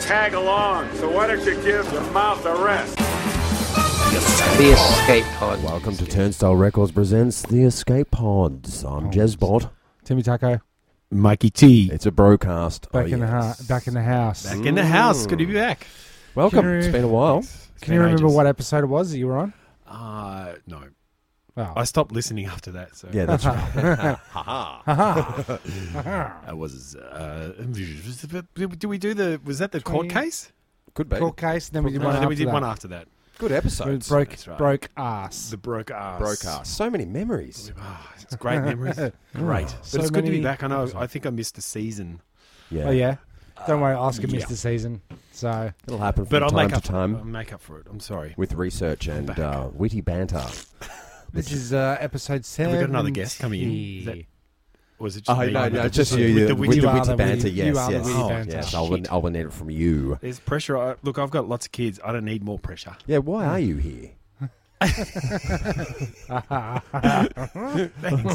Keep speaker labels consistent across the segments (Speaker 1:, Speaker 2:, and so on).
Speaker 1: tag along, so why don't you give the mouth a rest?
Speaker 2: The escape pod.
Speaker 3: Welcome to Turnstile Records presents the Escape Pods. I'm Jezbot.
Speaker 4: Timmy Taco
Speaker 5: Mikey T.
Speaker 3: It's a broadcast.
Speaker 4: back
Speaker 3: Oh,
Speaker 4: in the
Speaker 3: yes.
Speaker 4: ha- back in the house.
Speaker 5: Back in the house. Good to be back.
Speaker 3: Welcome.
Speaker 4: Can you-
Speaker 3: It's been a while.
Speaker 4: Can you remember what episode it was that you were on?
Speaker 5: Uh, no.
Speaker 4: Wow.
Speaker 5: I stopped listening after that. So
Speaker 3: Yeah, that's right.
Speaker 5: that was. Uh, did we do the? Was that the court
Speaker 4: Twenty-
Speaker 5: case?
Speaker 3: Could be.
Speaker 4: Court case, and then we did
Speaker 5: No,
Speaker 4: one.
Speaker 5: then
Speaker 4: after
Speaker 5: we did
Speaker 4: that.
Speaker 5: one after that.
Speaker 3: Good
Speaker 4: We
Speaker 3: episodes.
Speaker 4: broke
Speaker 5: That's right.
Speaker 4: broke ass.
Speaker 5: The broke ass.
Speaker 3: Broadcast. So many memories.
Speaker 5: Ah, it's great memories. Great. But
Speaker 4: So
Speaker 5: it's good to be
Speaker 4: many-
Speaker 5: back. I know. I think I missed a season,
Speaker 3: Yeah.
Speaker 4: oh yeah. Don't worry, Oscar
Speaker 5: yeah.
Speaker 4: missed the season. So
Speaker 3: It'll happen from
Speaker 5: but I'll
Speaker 3: time
Speaker 5: make
Speaker 3: to
Speaker 5: up.
Speaker 3: time
Speaker 5: I'll make up for it. I'm sorry.
Speaker 3: with research and
Speaker 5: back.
Speaker 3: uh, witty banter.
Speaker 4: this is uh, episode seven.
Speaker 5: Have we got another guest coming in? Is that- or was it just
Speaker 3: Oh,
Speaker 5: me?
Speaker 3: no,
Speaker 5: Like,
Speaker 3: no,
Speaker 5: with
Speaker 3: just
Speaker 5: the-
Speaker 3: you.
Speaker 5: with
Speaker 3: yeah,
Speaker 5: the
Speaker 3: with
Speaker 5: witty
Speaker 3: the
Speaker 4: are
Speaker 3: witty
Speaker 4: the
Speaker 3: banter,
Speaker 4: witty-
Speaker 3: yes,
Speaker 4: you are the
Speaker 3: yes.
Speaker 4: witty
Speaker 3: oh,
Speaker 4: banter.
Speaker 3: yes, I wouldn't, I wouldn't need it from you.
Speaker 5: There's pressure. I, look, I've got lots of kids. I don't need more pressure.
Speaker 3: Yeah, why are you here?
Speaker 5: Thanks.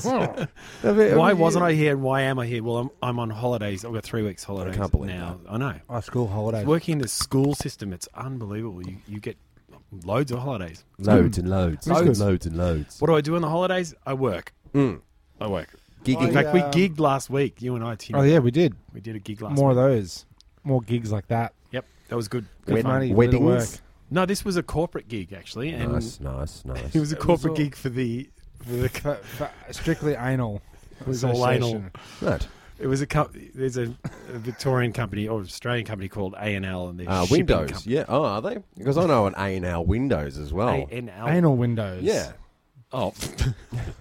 Speaker 5: why
Speaker 3: Why
Speaker 5: wasn't I here and why am I here? Well, I'm, I'm on holidays. I've got three weeks holidays
Speaker 3: can't believe
Speaker 5: now. I know.
Speaker 4: Oh, school holiday.
Speaker 5: Working in the school system, it's unbelievable. You, you get loads of holidays.
Speaker 3: Loads and loads.
Speaker 4: That's
Speaker 3: Loads,
Speaker 4: good.
Speaker 3: loads and loads.
Speaker 5: What do I do on the holidays? I work.
Speaker 3: Mm.
Speaker 5: I work. In
Speaker 3: Gigging.
Speaker 4: I-
Speaker 5: fact, we
Speaker 4: um,
Speaker 5: gigged last week. You and I, Tim.
Speaker 4: Oh yeah, we did
Speaker 5: We did a gig last
Speaker 4: more of
Speaker 5: week.
Speaker 4: those, more gigs like that.
Speaker 5: Yep, that was good.
Speaker 4: Good
Speaker 3: Wed-
Speaker 4: money, little work.
Speaker 3: weddings.
Speaker 5: No, this was a corporate gig actually, and
Speaker 3: Nice, nice, nice.
Speaker 5: it was a
Speaker 4: was
Speaker 5: corporate
Speaker 4: all-
Speaker 5: gig for the. For the
Speaker 4: But, but strictly anal. It
Speaker 5: was all anal.
Speaker 3: Right.
Speaker 5: it was a co- there's a, a Victorian company or Australian company called A and L, and they're
Speaker 3: Uh,
Speaker 5: shipping
Speaker 3: Windows, Oh.
Speaker 5: company.
Speaker 3: yeah. Oh, are they? Because I know an A and L Windows as well.
Speaker 5: A&L.
Speaker 4: Anal windows.
Speaker 3: Yeah.
Speaker 5: Oh,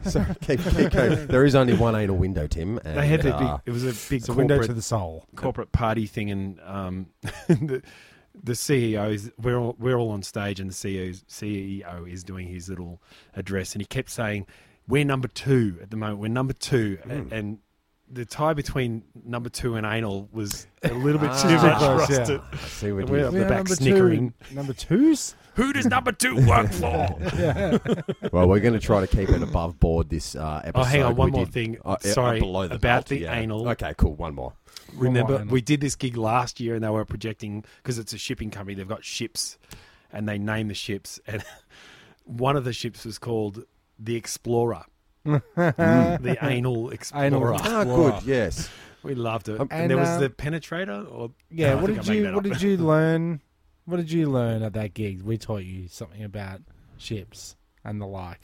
Speaker 3: Sorry, keep, keep going. There is only one anal window, Tim. And,
Speaker 5: they had their big.
Speaker 3: uh,
Speaker 5: It was a big
Speaker 4: It's a
Speaker 5: corporate,
Speaker 4: window to the soul.
Speaker 5: corporate party thing, and um, the, the CEO is we're all we're all on stage, and the E CEO CEO is doing his little address, and he kept saying, "We're number two at the moment. We're number two, and, and the tie between number two and anal was a little bit
Speaker 3: Ah.
Speaker 5: too much
Speaker 4: Too
Speaker 5: for
Speaker 4: close,
Speaker 5: us
Speaker 4: yeah.
Speaker 5: to.
Speaker 3: I see what
Speaker 5: We're
Speaker 3: you
Speaker 5: up
Speaker 3: did
Speaker 5: the
Speaker 4: Yeah,
Speaker 5: back
Speaker 4: number
Speaker 5: snickering.
Speaker 4: Two, number twos.
Speaker 5: Who does number two work for?
Speaker 3: Well, we're going to try to keep it above board this uh, episode.
Speaker 5: Oh, hang on, one
Speaker 3: We
Speaker 5: more
Speaker 3: did-
Speaker 5: thing.
Speaker 3: uh, uh,
Speaker 5: Sorry,
Speaker 3: below the
Speaker 5: about
Speaker 3: belt,
Speaker 5: the
Speaker 3: yeah.
Speaker 5: anal.
Speaker 3: Okay, cool. One more.
Speaker 5: Remember,
Speaker 4: Online.
Speaker 5: we did this gig last year, and they were projecting because it's a shipping company. They've got ships, and they name the ships, and one of the ships was called the Explorer, the Anal Explorer.
Speaker 3: Mm. Ah,
Speaker 4: Explorer.
Speaker 3: good. Yes.
Speaker 5: We loved it.
Speaker 3: Um,
Speaker 5: and, there was
Speaker 4: and,
Speaker 5: the
Speaker 4: um,
Speaker 5: Penetrator, or
Speaker 4: Yeah,
Speaker 5: No, I
Speaker 4: what
Speaker 5: think
Speaker 4: did
Speaker 5: I made
Speaker 4: you
Speaker 5: that
Speaker 4: what
Speaker 5: up.
Speaker 4: did you learn? What did you learn at that gig? We taught you something about ships and the like.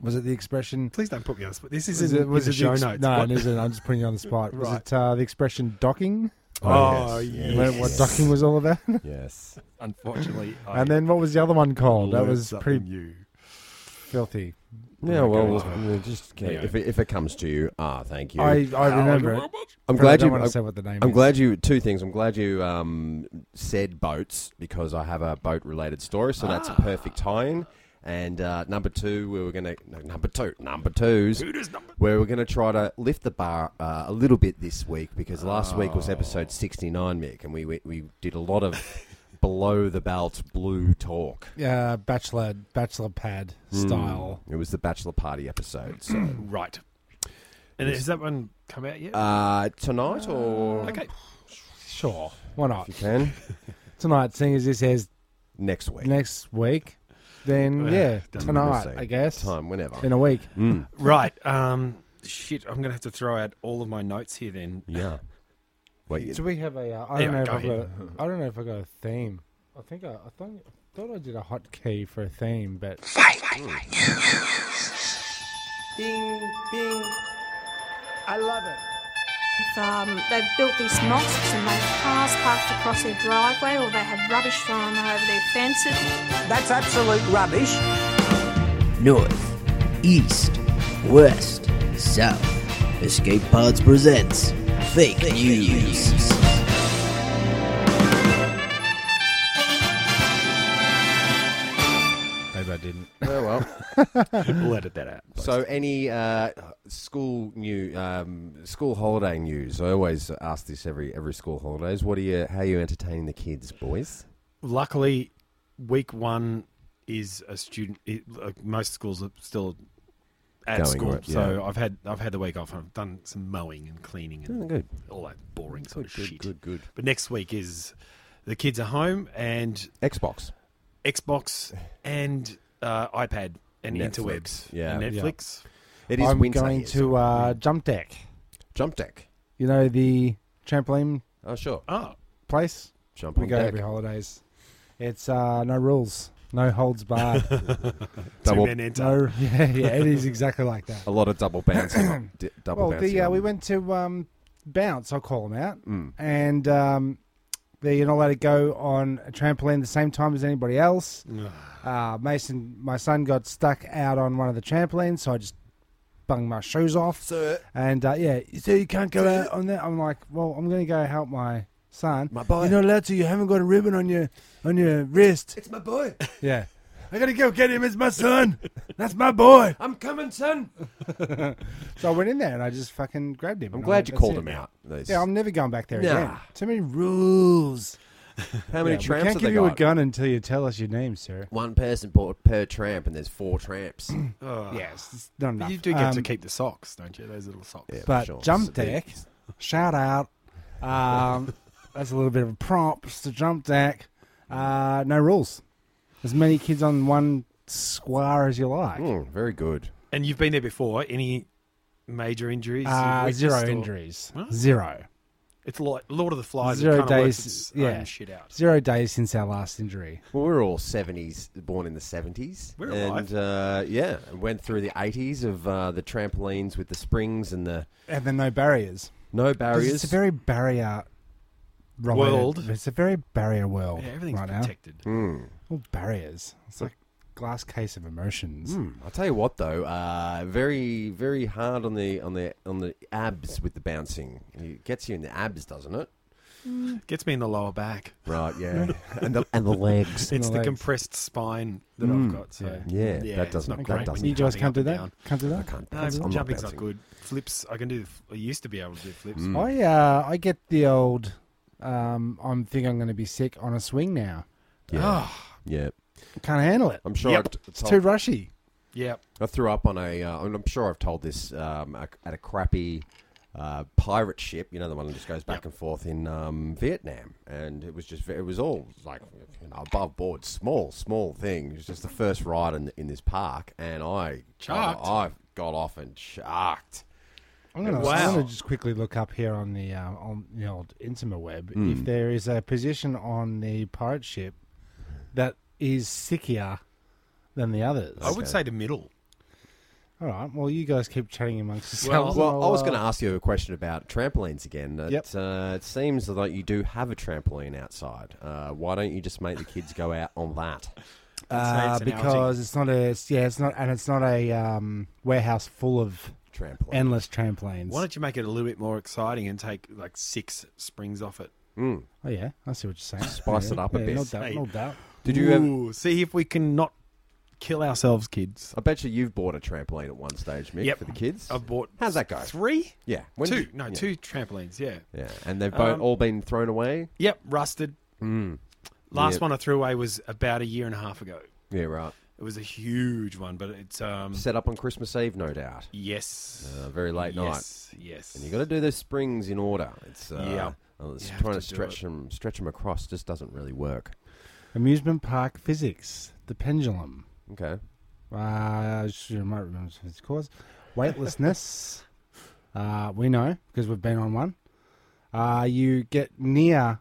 Speaker 4: Was it the expression?
Speaker 5: Please don't put me on the spot. This
Speaker 4: Was
Speaker 5: isn't.
Speaker 4: it, was
Speaker 5: this
Speaker 4: it
Speaker 5: is
Speaker 4: the
Speaker 5: show
Speaker 4: ex-
Speaker 5: notes.
Speaker 4: No,
Speaker 5: What-
Speaker 4: it isn't. I'm just putting you on the spot. Was
Speaker 5: Right.
Speaker 4: it uh, the expression docking?
Speaker 5: Oh,
Speaker 4: What-
Speaker 5: yes.
Speaker 4: What docking was all about?
Speaker 3: Yes.
Speaker 5: Unfortunately, I
Speaker 4: and then what was the other one called? That
Speaker 5: learned
Speaker 4: was
Speaker 5: something
Speaker 4: pretty
Speaker 5: new.
Speaker 4: filthy.
Speaker 3: Yeah.
Speaker 5: Okay.
Speaker 3: Well, uh, just okay,
Speaker 5: Yeah.
Speaker 3: if, it, if it comes to you, ah, thank you.
Speaker 4: I, I remember it.
Speaker 3: am
Speaker 4: but I
Speaker 3: glad
Speaker 4: don't
Speaker 3: you.
Speaker 4: want
Speaker 3: I'm,
Speaker 4: to say what the name
Speaker 3: I'm
Speaker 4: is.
Speaker 3: glad you. Two things. I'm glad you um, said boats because I have a boat-related story, so that's a
Speaker 4: Ah.
Speaker 3: perfect tie-in. And uh, number two, we were going to no, number two, number twos.
Speaker 5: Who does number?
Speaker 3: where we're going to try to lift the bar uh, a little bit this week because last week was
Speaker 4: Oh.
Speaker 3: episode 69, Mick, and we we, we did a lot of below the belt blue talk.
Speaker 4: Uh, bachelor, bachelor pad
Speaker 3: Hmm.
Speaker 4: Hmm. style.
Speaker 3: It was the bachelor party episode. So
Speaker 5: Right. And has that one come out yet?
Speaker 3: uh, tonight or
Speaker 5: okay.
Speaker 4: Sure, why not?
Speaker 3: if you can
Speaker 4: Tonight, seeing as this airs
Speaker 3: next week
Speaker 4: next week, then
Speaker 5: Uh,
Speaker 4: yeah,
Speaker 5: doesn't
Speaker 4: tonight
Speaker 3: matter.
Speaker 4: I guess.
Speaker 3: time whenever.
Speaker 4: In a week.
Speaker 3: Mm,
Speaker 5: Right. Um, shit, I'm going to have to throw out all of my notes here then.
Speaker 3: yeah. Wait,
Speaker 4: Do we have a? Uh, I
Speaker 5: Yeah,
Speaker 4: don't know if
Speaker 5: go
Speaker 4: I've got.
Speaker 5: ahead.
Speaker 4: A, I don't know if I got a theme. I think I, I thought, thought I did a hotkey for a theme, but
Speaker 6: Um, they've built these mosques and they have cars parked across their driveway or they have rubbish thrown over their fences.
Speaker 7: That's absolute rubbish.
Speaker 8: North, East, West, South. Escape Pods presents Fake News.
Speaker 4: maybe I didn't.
Speaker 3: oh well.
Speaker 5: We'll edit that out.
Speaker 3: So, any uh, school new um, school holiday news? I always ask this every every school holidays. What are you? How are you entertaining the kids, boys?
Speaker 5: Luckily, week one is a student. It, like most schools are still at
Speaker 3: Going,
Speaker 5: school.
Speaker 3: right,
Speaker 5: So
Speaker 3: yeah.
Speaker 5: I've had I've had the week off. I've done some mowing and cleaning and
Speaker 3: Oh, good.
Speaker 5: all that boring
Speaker 4: Oh,
Speaker 5: sort
Speaker 3: Good,
Speaker 5: of
Speaker 3: good,
Speaker 5: shit.
Speaker 3: good, good.
Speaker 5: But next week is the kids are home and
Speaker 3: Xbox.
Speaker 5: Xbox and uh, iPad and
Speaker 3: Netflix,
Speaker 5: interwebs.
Speaker 3: yeah.
Speaker 5: And Netflix.
Speaker 3: It is
Speaker 4: I'm
Speaker 3: winter
Speaker 4: going
Speaker 3: here, so-
Speaker 4: to uh, jump deck.
Speaker 3: jump deck.
Speaker 4: You know the trampoline
Speaker 3: Oh sure,
Speaker 5: Oh,
Speaker 4: place.
Speaker 3: jump
Speaker 4: We
Speaker 3: on
Speaker 4: go
Speaker 3: deck.
Speaker 4: every holidays. It's uh, no rules, no holds barred.
Speaker 5: two
Speaker 3: Double,
Speaker 5: men enter.
Speaker 4: no, yeah, yeah, it is exactly like that.
Speaker 3: a lot of double bouncing. d- double
Speaker 4: Well,
Speaker 3: bouncing.
Speaker 4: the uh,
Speaker 3: on-
Speaker 4: we went to um, bounce. I'll call them out,
Speaker 3: mm.
Speaker 4: and um, they're you're not allowed to go on a trampoline the same time as anybody else. uh, Mason, my son, got stuck out on one of the trampolines, so I just bunged my shoes off.
Speaker 3: Sir.
Speaker 4: and uh, yeah, so you can't go out on that. I'm like, well, I'm going to go help my son.
Speaker 3: My boy.
Speaker 4: you're not allowed to. You haven't got a ribbon on your on your wrist.
Speaker 3: It's my boy.
Speaker 4: Yeah. I gotta go get him. It's my son. That's my boy.
Speaker 3: I'm coming, son.
Speaker 4: So I went in there and I just fucking grabbed him.
Speaker 3: I'm
Speaker 4: And
Speaker 3: glad you
Speaker 4: like, "That's
Speaker 3: called
Speaker 4: it."
Speaker 3: him out. Those-
Speaker 4: Yeah, I'm never going back there
Speaker 3: Nah.
Speaker 4: again. Too many rules.
Speaker 3: How many
Speaker 4: Yeah, we
Speaker 3: tramps
Speaker 4: can't
Speaker 3: have
Speaker 4: give
Speaker 3: they
Speaker 4: you
Speaker 3: got?
Speaker 4: a gun until you tell us your name, sir.
Speaker 3: One person bought per tramp, and there's four tramps.
Speaker 5: Ah.
Speaker 4: Yes, it's not
Speaker 5: But
Speaker 4: enough.
Speaker 5: you do get to
Speaker 4: Um,
Speaker 5: keep the socks, don't you? Those little socks.
Speaker 3: Yeah, for
Speaker 4: But
Speaker 3: sure.
Speaker 4: jump
Speaker 3: It's a big-
Speaker 4: deck, shout out. Um, that's a little bit of a prompt to jump deck. Uh, no rules. As many kids on one square as you like.
Speaker 3: Mm, very good.
Speaker 5: And you've been there before. Any major injuries?
Speaker 4: Uh,
Speaker 5: You've
Speaker 4: zero
Speaker 5: witnessed or-
Speaker 4: injuries.
Speaker 5: Huh?
Speaker 4: Zero.
Speaker 5: It's like Lord of the Flies.
Speaker 4: Zero
Speaker 5: it kind of
Speaker 4: days,
Speaker 5: works its own
Speaker 4: yeah.
Speaker 5: shit out.
Speaker 4: Zero days since our last injury.
Speaker 3: Well, we were all seventies, born in the seventies,
Speaker 5: We're
Speaker 3: and
Speaker 5: alive.
Speaker 3: uh, yeah, and went through the eighties of uh, the trampolines with the springs and the
Speaker 4: And then no barriers.
Speaker 3: no
Speaker 4: 'Cause
Speaker 3: barriers.
Speaker 4: It's a very barrier related-
Speaker 5: World.
Speaker 4: It's a very barrier world.
Speaker 5: Yeah, everything's
Speaker 4: right
Speaker 5: protected.
Speaker 3: Mm.
Speaker 4: now. All barriers. It's like glass case of emotions.
Speaker 5: Hmm.
Speaker 3: Mm. I'll tell you what, though, uh, very very hard on the on the on the abs with the bouncing. It gets you in the abs, doesn't it?
Speaker 5: Gets me in the lower back.
Speaker 3: Right, yeah, and the and the legs.
Speaker 5: It's
Speaker 4: the
Speaker 5: the,
Speaker 4: legs.
Speaker 5: compressed spine that
Speaker 4: Mm,
Speaker 5: I've got. So
Speaker 4: yeah.
Speaker 3: Yeah,
Speaker 5: Yeah,
Speaker 3: that
Speaker 5: it's
Speaker 3: doesn't
Speaker 5: not
Speaker 3: that
Speaker 5: great
Speaker 3: doesn't.
Speaker 5: when
Speaker 4: You guys
Speaker 5: Jumping
Speaker 4: can't do
Speaker 5: up and
Speaker 4: that.
Speaker 5: down.
Speaker 4: Can't do
Speaker 3: I
Speaker 4: that.
Speaker 3: can't.
Speaker 5: No,
Speaker 3: bounce. I'm
Speaker 5: jumping's not,
Speaker 3: bouncing.
Speaker 5: good. Flips, I can do. I used to be able to do flips.
Speaker 3: Mm.
Speaker 4: I uh, I get the old. Um, I'm think I'm going to be sick on a swing now.
Speaker 3: Yeah, yeah.
Speaker 4: Can't handle it.
Speaker 3: I'm sure.
Speaker 5: Ah. Yep.
Speaker 3: I've-
Speaker 4: It's too rushy.
Speaker 5: Yeah,
Speaker 3: I threw up on a, uh, and I'm sure I've told this um, a, at a crappy uh, pirate ship. You know, the one that just goes back and forth in um, Vietnam, and it was just ve- it was all like you know, above board, small, small thing. It was just the first ride in, in this park, and I
Speaker 5: Chucked.
Speaker 3: I got off and sharked.
Speaker 4: I'm going
Speaker 5: Wow.
Speaker 4: to just quickly look up here on the uh, on the old Intima web
Speaker 5: Hmm.
Speaker 4: if there is a position on the pirate ship that is sickier than the others.
Speaker 5: I would say the middle.
Speaker 4: All right. Well, you guys keep chatting amongst
Speaker 5: Well-
Speaker 4: yourselves. uh,
Speaker 3: Well, I was going to ask you a question about trampolines again. It,
Speaker 4: Yep.
Speaker 3: uh, it seems like you do have a trampoline outside. Uh, why don't you just make the kids go out on that?
Speaker 5: I'd say
Speaker 4: uh,
Speaker 5: it's an
Speaker 4: because it's not a it's- yeah, it's not and it's not a um, warehouse full of
Speaker 3: Trampoline.
Speaker 4: endless trampolines.
Speaker 5: Why don't you make it a little bit more exciting and take like six springs off it?
Speaker 3: Mm.
Speaker 4: Oh yeah, I see what you're saying.
Speaker 3: Spice
Speaker 4: Yeah,
Speaker 3: it up a
Speaker 4: yeah,
Speaker 3: bit.
Speaker 4: No doubt, no doubt.
Speaker 3: Did you? Ever,
Speaker 5: Ooh, see if we can not kill ourselves, kids?
Speaker 3: I bet you you've bought a trampoline at one stage, Mick,
Speaker 5: Yep.
Speaker 3: for the kids.
Speaker 5: I've bought
Speaker 3: How's that go?
Speaker 5: three,
Speaker 3: yeah, When
Speaker 5: two,
Speaker 3: did-
Speaker 5: no,
Speaker 3: yeah.
Speaker 5: two trampolines. Yeah,
Speaker 3: Yeah, and they've both
Speaker 5: Um,
Speaker 3: all been thrown away. Hmm.
Speaker 5: yep, rusted. Last
Speaker 3: Yep.
Speaker 5: one I threw away was about a year and a half ago.
Speaker 3: Yeah, right.
Speaker 5: It was a huge one, but it's um
Speaker 3: Set up on Christmas Eve, no doubt.
Speaker 5: yes,
Speaker 3: Uh, very late
Speaker 5: yes, night. Yes,
Speaker 3: And you got to do those springs in order. It's uh,
Speaker 5: Yeah.
Speaker 3: uh, it's
Speaker 5: You have
Speaker 3: trying to,
Speaker 5: to do
Speaker 3: stretch
Speaker 5: it.
Speaker 3: them, stretch them across just doesn't really work.
Speaker 4: Amusement park physics, the pendulum.
Speaker 3: Okay.
Speaker 4: Uh, I should- I might remember its cause. Weightlessness. uh, we know because we've been on one. Uh, you get near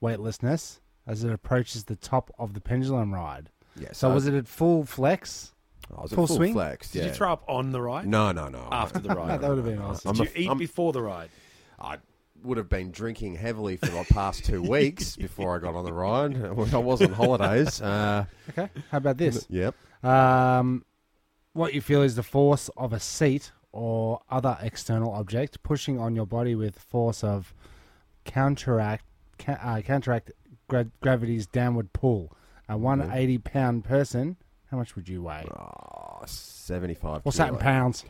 Speaker 4: weightlessness as it approaches the top of the pendulum ride.
Speaker 3: Yeah.
Speaker 4: So was it at full flex?
Speaker 3: Uh, I was at
Speaker 4: full
Speaker 3: full,
Speaker 4: swing?
Speaker 3: flex.
Speaker 5: Did
Speaker 3: yeah.
Speaker 5: you throw up on the ride?
Speaker 3: No, no, no.
Speaker 5: After the ride.
Speaker 4: That would have been awesome.
Speaker 3: I'm
Speaker 5: Did
Speaker 3: a-
Speaker 5: you eat
Speaker 3: I'm-
Speaker 5: before the ride?
Speaker 3: I would have been drinking heavily for the past two weeks before I got on the ride. When I was on holidays. Uh,
Speaker 4: Okay. How about this?
Speaker 3: yep.
Speaker 4: Um, what you feel is the force of a seat or other external object pushing on your body with force of counteract ca- uh, counteract gra- gravity's downward pull. A one eighty pound person, how much would you weigh?
Speaker 3: Oh, 75
Speaker 4: What's that in
Speaker 3: kilo.
Speaker 4: pounds?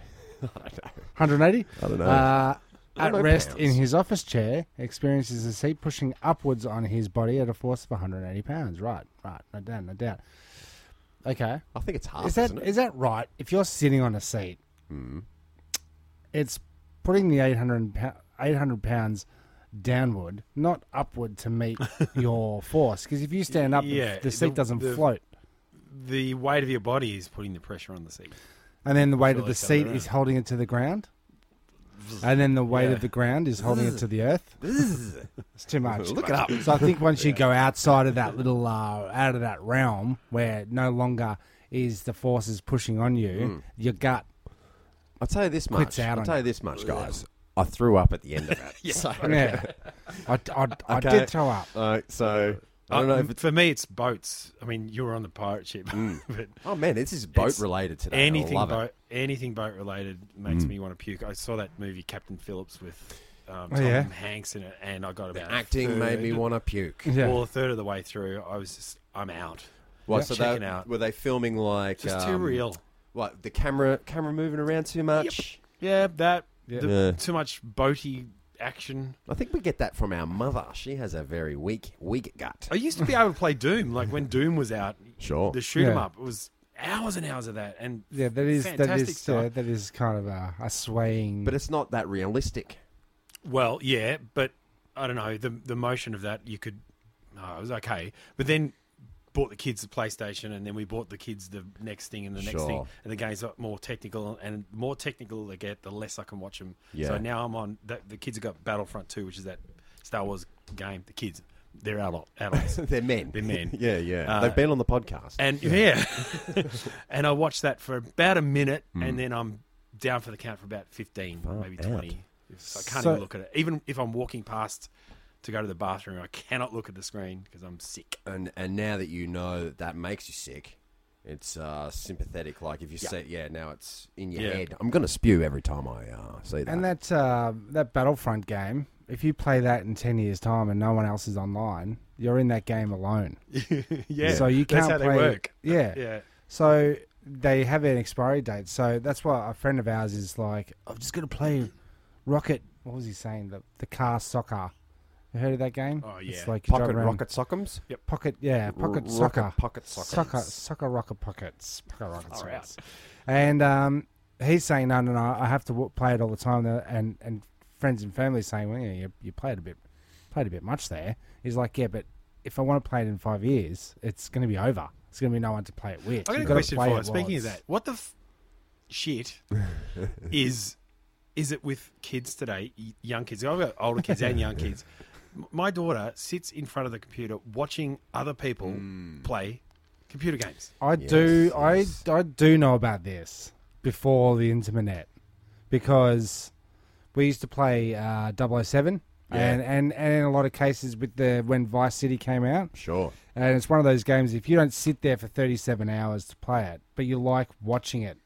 Speaker 4: Hundred eighty.
Speaker 3: I don't know.
Speaker 4: Uh,
Speaker 3: I
Speaker 4: at
Speaker 3: don't know
Speaker 4: rest
Speaker 3: pounds.
Speaker 4: in his office chair, experiences the seat pushing upwards on his body at a force of 180 pounds. Right, right, no doubt, no doubt. Okay,
Speaker 3: I think it's half,
Speaker 4: is that
Speaker 3: isn't it?
Speaker 4: is that right? If you're sitting on a seat it's putting the 800, pou- 800 pounds downward, not upward to meet your force. Because if you stand up,
Speaker 5: Yeah,
Speaker 4: the seat
Speaker 5: the-
Speaker 4: doesn't
Speaker 5: the-
Speaker 4: float.
Speaker 5: The weight of your body is putting the pressure on the seat.
Speaker 4: And then the weight of
Speaker 5: Surely
Speaker 4: the
Speaker 5: it's the other
Speaker 4: seat
Speaker 5: way
Speaker 4: is
Speaker 5: around.
Speaker 4: holding it to the ground. And then the weight
Speaker 5: Yeah.
Speaker 4: of the ground is holding it to the earth. It's too much.
Speaker 3: Look it up.
Speaker 4: So I think once you go outside of that little, uh, out of that realm where no longer is the forces pushing on you, your gut.
Speaker 3: I'll tell you this
Speaker 4: Quits
Speaker 3: much.
Speaker 4: out
Speaker 3: I'll
Speaker 4: on
Speaker 3: tell
Speaker 4: it.
Speaker 3: you this much, guys. I threw up at the end of it. So,
Speaker 4: Yeah. I, I, I
Speaker 3: Okay.
Speaker 4: did throw up.
Speaker 3: uh, so I don't know
Speaker 5: Uh,
Speaker 3: if it's.
Speaker 5: for me, it's boats. I mean, you were on the pirate ship, but
Speaker 3: Oh man, this is boat
Speaker 5: It's
Speaker 3: related today.
Speaker 5: anything
Speaker 3: I love
Speaker 5: boat,
Speaker 3: it. Mm.
Speaker 5: anything boat related makes me want to puke. I saw that movie Captain Phillips with um, Tom
Speaker 4: yeah.
Speaker 5: Hanks in it, and I got
Speaker 3: Oh, The
Speaker 5: about a
Speaker 3: acting
Speaker 5: third-
Speaker 3: made me want to puke.
Speaker 4: Yeah.
Speaker 5: Well, a third of the way through, I was just, I'm out.
Speaker 3: Well,
Speaker 5: Yep.
Speaker 3: so
Speaker 5: Checking
Speaker 3: they,
Speaker 5: out.
Speaker 3: were they filming like
Speaker 5: Just too
Speaker 3: um,
Speaker 5: real.
Speaker 3: What the camera camera moving around too much?
Speaker 5: Yeah, that the-
Speaker 3: Yeah.
Speaker 5: too much boaty action.
Speaker 3: I think we get that from our mother. She has a very weak weak gut.
Speaker 5: I used to be able to play Doom, like when Doom was out.
Speaker 3: Sure.
Speaker 5: The shoot 'em
Speaker 4: Yeah.
Speaker 5: up it was hours and hours of that, and
Speaker 4: Yeah, that is that
Speaker 5: fantastic
Speaker 4: is
Speaker 5: stuff.
Speaker 4: uh, that is kind of a, a swaying.
Speaker 3: But it's not that realistic.
Speaker 5: Well, yeah, but I don't know the the motion of that. You could, no, it was okay. But then bought the kids the PlayStation, and then we bought the kids the next thing and the next thing,
Speaker 3: Sure.
Speaker 5: and the games are more technical. And the more technical they get, the less I can watch them.
Speaker 3: Yeah.
Speaker 5: So now I'm on. The, the kids have got Battlefront Two, which is that Star Wars game. The kids, they're adult, adults.
Speaker 3: They're men.
Speaker 5: They're men.
Speaker 3: yeah, yeah.
Speaker 5: Uh,
Speaker 3: They've been on the podcast.
Speaker 5: And yeah, and I watched that for about a minute,
Speaker 4: Hmm.
Speaker 5: and then I'm down for the count for about fifteen, maybe
Speaker 3: out.
Speaker 5: twenty. So I can't
Speaker 4: So-
Speaker 5: even look at it. Even if I'm walking past to go to the bathroom, I cannot look at the screen because I'm sick.
Speaker 3: and and now that you know that that makes you sick, it's uh, sympathetic. Like if you say, yeah, now it's in your
Speaker 5: Yeah.
Speaker 3: head. I'm gonna spew every time I uh, see that.
Speaker 4: and that uh, that Battlefront game, if you play that in ten years' time and no one else is online, you're in that game alone.
Speaker 5: yeah,
Speaker 4: So you
Speaker 5: that's
Speaker 4: can't
Speaker 5: how
Speaker 4: play.
Speaker 5: they work.
Speaker 4: Yeah.
Speaker 5: Yeah,
Speaker 4: So they have an expiry date. So that's why a friend of ours is like, I'm just gonna play Rocket. What was he saying? The the car soccer. You heard of that game?
Speaker 5: Oh, yeah.
Speaker 4: It's like you drive
Speaker 3: pocket
Speaker 4: around-
Speaker 3: rocket sockums.
Speaker 4: Pocket, yeah, pocket
Speaker 3: rocket
Speaker 4: soccer,
Speaker 3: pocket sockets.
Speaker 4: soccer, soccer, rocket pockets, pocket rocket sockets. And um, he's saying, no, no, no, I have to w- play it all the time. And and friends and family saying, well, yeah, you, you played a bit, played a bit much there. He's like, yeah, but if I want to play it in five years, it's going to be over. It's going to be no one to play it with.
Speaker 5: I got
Speaker 4: You've
Speaker 5: a
Speaker 4: gotta
Speaker 5: question
Speaker 4: play
Speaker 5: for
Speaker 4: it
Speaker 5: you. Speaking of
Speaker 4: while
Speaker 5: that, what the f- shit is is it with kids today? y- Young kids. I've got older kids and young kids. M- My daughter sits in front of the computer watching other people play computer games.
Speaker 4: I do. I I do know about this before the internet because we used to play uh, 007 and, and and in a lot of cases with the when Vice City came out
Speaker 3: Sure.
Speaker 4: and it's one of those games if you don't sit there for 37 hours to play it but you like watching it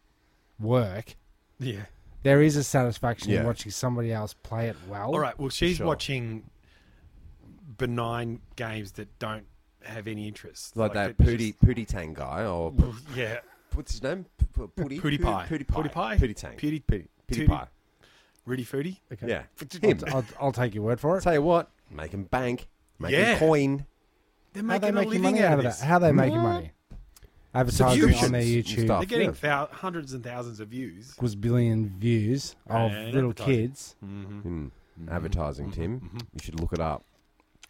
Speaker 4: work
Speaker 5: Yeah.
Speaker 4: there is a satisfaction
Speaker 3: Yeah.
Speaker 4: in watching somebody else play it well
Speaker 5: All right. Well, she's
Speaker 3: Sure.
Speaker 5: watching benign games that don't have any interest,
Speaker 3: Like that
Speaker 5: just- Mm.
Speaker 3: Pootie Pootie Tang guy or p-
Speaker 5: Yeah.
Speaker 3: what's his name? P- p- Pootie
Speaker 5: Pootie Pie.
Speaker 3: Pootie Pie.
Speaker 5: Pootie Pie?
Speaker 3: Pootie Tang.
Speaker 5: Pootie-
Speaker 3: Pootie Pootie
Speaker 5: Tootie-
Speaker 3: Pie.
Speaker 5: Rudy Foodie.
Speaker 4: okay.
Speaker 3: Yeah.
Speaker 4: I'll,
Speaker 3: Him.
Speaker 4: I'll, I'll take your word for it
Speaker 3: Tell you what, make him bank, make him
Speaker 5: Yeah.
Speaker 3: coin.
Speaker 5: They're
Speaker 4: how are
Speaker 5: making
Speaker 4: they
Speaker 5: a
Speaker 4: making
Speaker 5: living
Speaker 4: money
Speaker 5: out of
Speaker 4: that
Speaker 5: this.
Speaker 4: how are they making money advertising on their
Speaker 3: Subscriptions and
Speaker 4: YouTube
Speaker 3: stuff.
Speaker 5: They're getting
Speaker 3: Yeah.
Speaker 5: thou- hundreds and thousands of views.
Speaker 4: was billion views of
Speaker 5: And
Speaker 4: little
Speaker 5: advertising.
Speaker 4: kids.
Speaker 3: Advertising,
Speaker 5: Mm-hmm.
Speaker 3: Tim. You should look it up.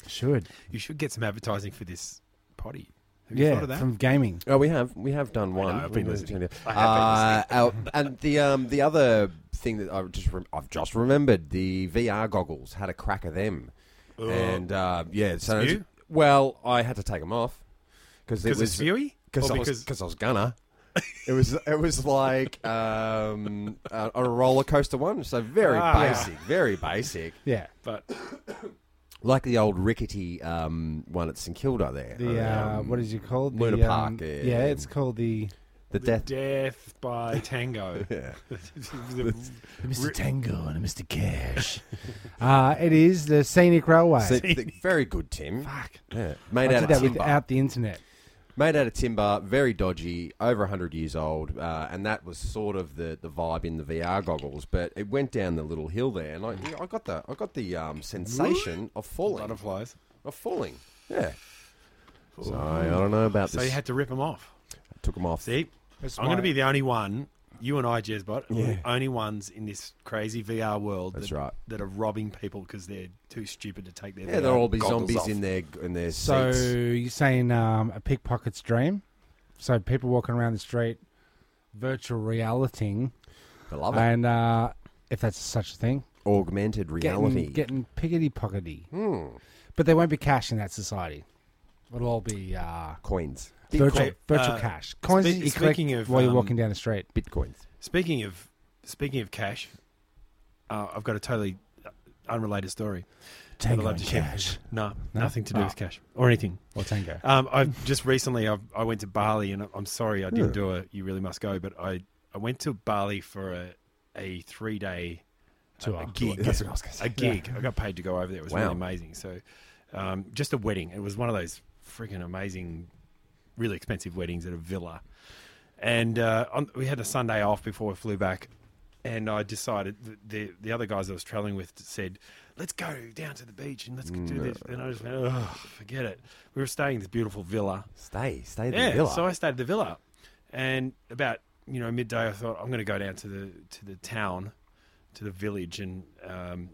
Speaker 4: Should
Speaker 5: You should get some advertising for this potty. Have you thought of
Speaker 4: yeah
Speaker 5: that?
Speaker 4: from gaming.
Speaker 3: Oh, we have we have done one.
Speaker 5: I've been
Speaker 3: We've
Speaker 5: listening.
Speaker 3: done-
Speaker 5: I have
Speaker 3: Uh, our- and the um, the other thing that I've just rem- I've just remembered the VR goggles had a crack at them,
Speaker 5: Oh.
Speaker 3: and uh, yeah, so
Speaker 5: Spew?
Speaker 3: well I had to take them off because it
Speaker 5: because
Speaker 3: was
Speaker 5: it's viewy?
Speaker 3: because
Speaker 5: Or
Speaker 3: I was
Speaker 5: because-
Speaker 3: because I was gonna. It was it was like um, a, a roller coaster one, so very
Speaker 5: Ah.
Speaker 3: basic, very basic,
Speaker 4: Yeah,
Speaker 5: But
Speaker 3: like the old rickety um, one at St Kilda there.
Speaker 4: the uh,
Speaker 3: um,
Speaker 4: what is it called?
Speaker 3: Luna
Speaker 4: the, um,
Speaker 3: Park, yeah.
Speaker 4: yeah, it's called the
Speaker 3: the death
Speaker 5: Death by Tango.
Speaker 3: Yeah.
Speaker 5: The-
Speaker 4: Mr. Tango and Mr. Cash. uh, it is the scenic railway.
Speaker 3: So, th- very good, Tim. Fuck. Yeah. Made
Speaker 4: I
Speaker 3: out
Speaker 4: did
Speaker 3: of
Speaker 4: that
Speaker 3: timber.
Speaker 4: without the internet.
Speaker 3: Made out of timber. Very dodgy. Over hundred years old. Uh, and that was sort of the, the vibe in the VR goggles. But it went down the little hill there, and I, I got the I got the um, sensation of falling.
Speaker 5: Butterflies.
Speaker 3: Of falling. Yeah. So I don't know about
Speaker 5: So
Speaker 3: this.
Speaker 5: you had to rip them off.
Speaker 3: Took them off.
Speaker 5: See?
Speaker 4: That's
Speaker 5: I'm going
Speaker 4: my-
Speaker 5: to be the only one you and I, Jezbot, are the only ones in this crazy VR world
Speaker 3: That's
Speaker 5: that,
Speaker 3: right.
Speaker 5: that are robbing people because they're too stupid to take their
Speaker 3: Yeah,
Speaker 5: VR
Speaker 3: they'll all be
Speaker 5: goggles
Speaker 3: zombies
Speaker 5: off.
Speaker 3: in their in their
Speaker 4: So
Speaker 3: seats.
Speaker 4: you're saying um, a pickpocket's dream? So people walking around the street, virtual realitying,
Speaker 3: I
Speaker 5: Oh.
Speaker 3: love it.
Speaker 4: and uh, if that's such a thing,
Speaker 3: Augmented reality.
Speaker 4: getting, getting pickety pockety.
Speaker 5: Hmm.
Speaker 4: But there won't be cash in that society. It'll all be uh,
Speaker 3: coins.
Speaker 4: virtual,
Speaker 5: Bitcoin.
Speaker 4: virtual
Speaker 5: Uh,
Speaker 4: cash coins.
Speaker 5: spe-
Speaker 4: that you collect
Speaker 5: speaking of,
Speaker 4: while you're
Speaker 5: um,
Speaker 4: walking down the street.
Speaker 3: Bitcoins.
Speaker 5: Speaking of speaking of cash, uh, I've got a totally uh, unrelated story. I'd
Speaker 4: Tango
Speaker 5: love
Speaker 4: and
Speaker 5: to share.
Speaker 4: cash
Speaker 5: No,
Speaker 4: No?
Speaker 5: nothing to do
Speaker 4: Oh.
Speaker 5: with cash or anything.
Speaker 4: or tango.
Speaker 5: Um, I've just recently I've, I went to Bali and I'm sorry I didn't do a you really must go, but I, I went to Bali for a a three day
Speaker 4: Tour.
Speaker 5: a gig
Speaker 3: That's what I was gonna say.
Speaker 5: a gig. I got paid to go over there. It was
Speaker 3: Wow.
Speaker 5: really amazing. So um, just a wedding. It was one of those freaking amazing, really expensive weddings at a villa. And uh, on, we had the Sunday off before we flew back. And I decided the the other guys I was traveling with said, "Let's go down to the beach and let's do this." And I just went, "Oh, forget it." We were staying in this beautiful villa.
Speaker 3: Stay, stay at the
Speaker 5: Yeah,
Speaker 3: villa.
Speaker 5: so I stayed at the villa, and about you know midday, I thought I'm going to go down to the to the town, to the village, and um,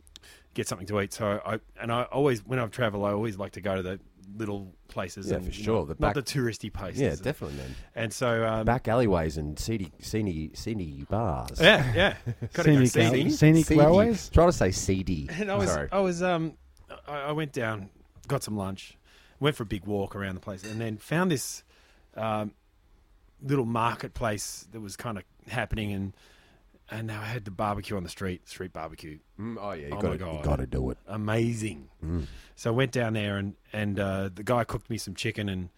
Speaker 5: get something to eat. So I and I always when I've travelled, I always like to go to the little places.
Speaker 3: Yeah,
Speaker 5: and,
Speaker 3: for
Speaker 5: you know,
Speaker 3: sure, the
Speaker 5: not
Speaker 3: back-
Speaker 5: the touristy places.
Speaker 3: yeah, definitely, man.
Speaker 5: And so um,
Speaker 3: Back alleyways and seedy, seedy, seedy bars.
Speaker 5: Yeah, yeah. Gotta go
Speaker 4: Scenic,
Speaker 5: see.
Speaker 4: scenic
Speaker 3: Seedy. oh.
Speaker 4: railways.
Speaker 3: Try to say CD.
Speaker 5: And I was,
Speaker 3: Sorry.
Speaker 5: I was, um, I, I went down, got some lunch, went for a big walk around the place, and then found this um, little marketplace that was kind of happening, and and now I had the barbecue on the street, street barbecue,
Speaker 3: Mm, oh yeah, you
Speaker 5: Oh
Speaker 3: got
Speaker 5: my
Speaker 3: to, you
Speaker 5: God.
Speaker 3: got to do it. Mm.
Speaker 5: amazing. So I went down there, and and uh, the guy cooked me some chicken, and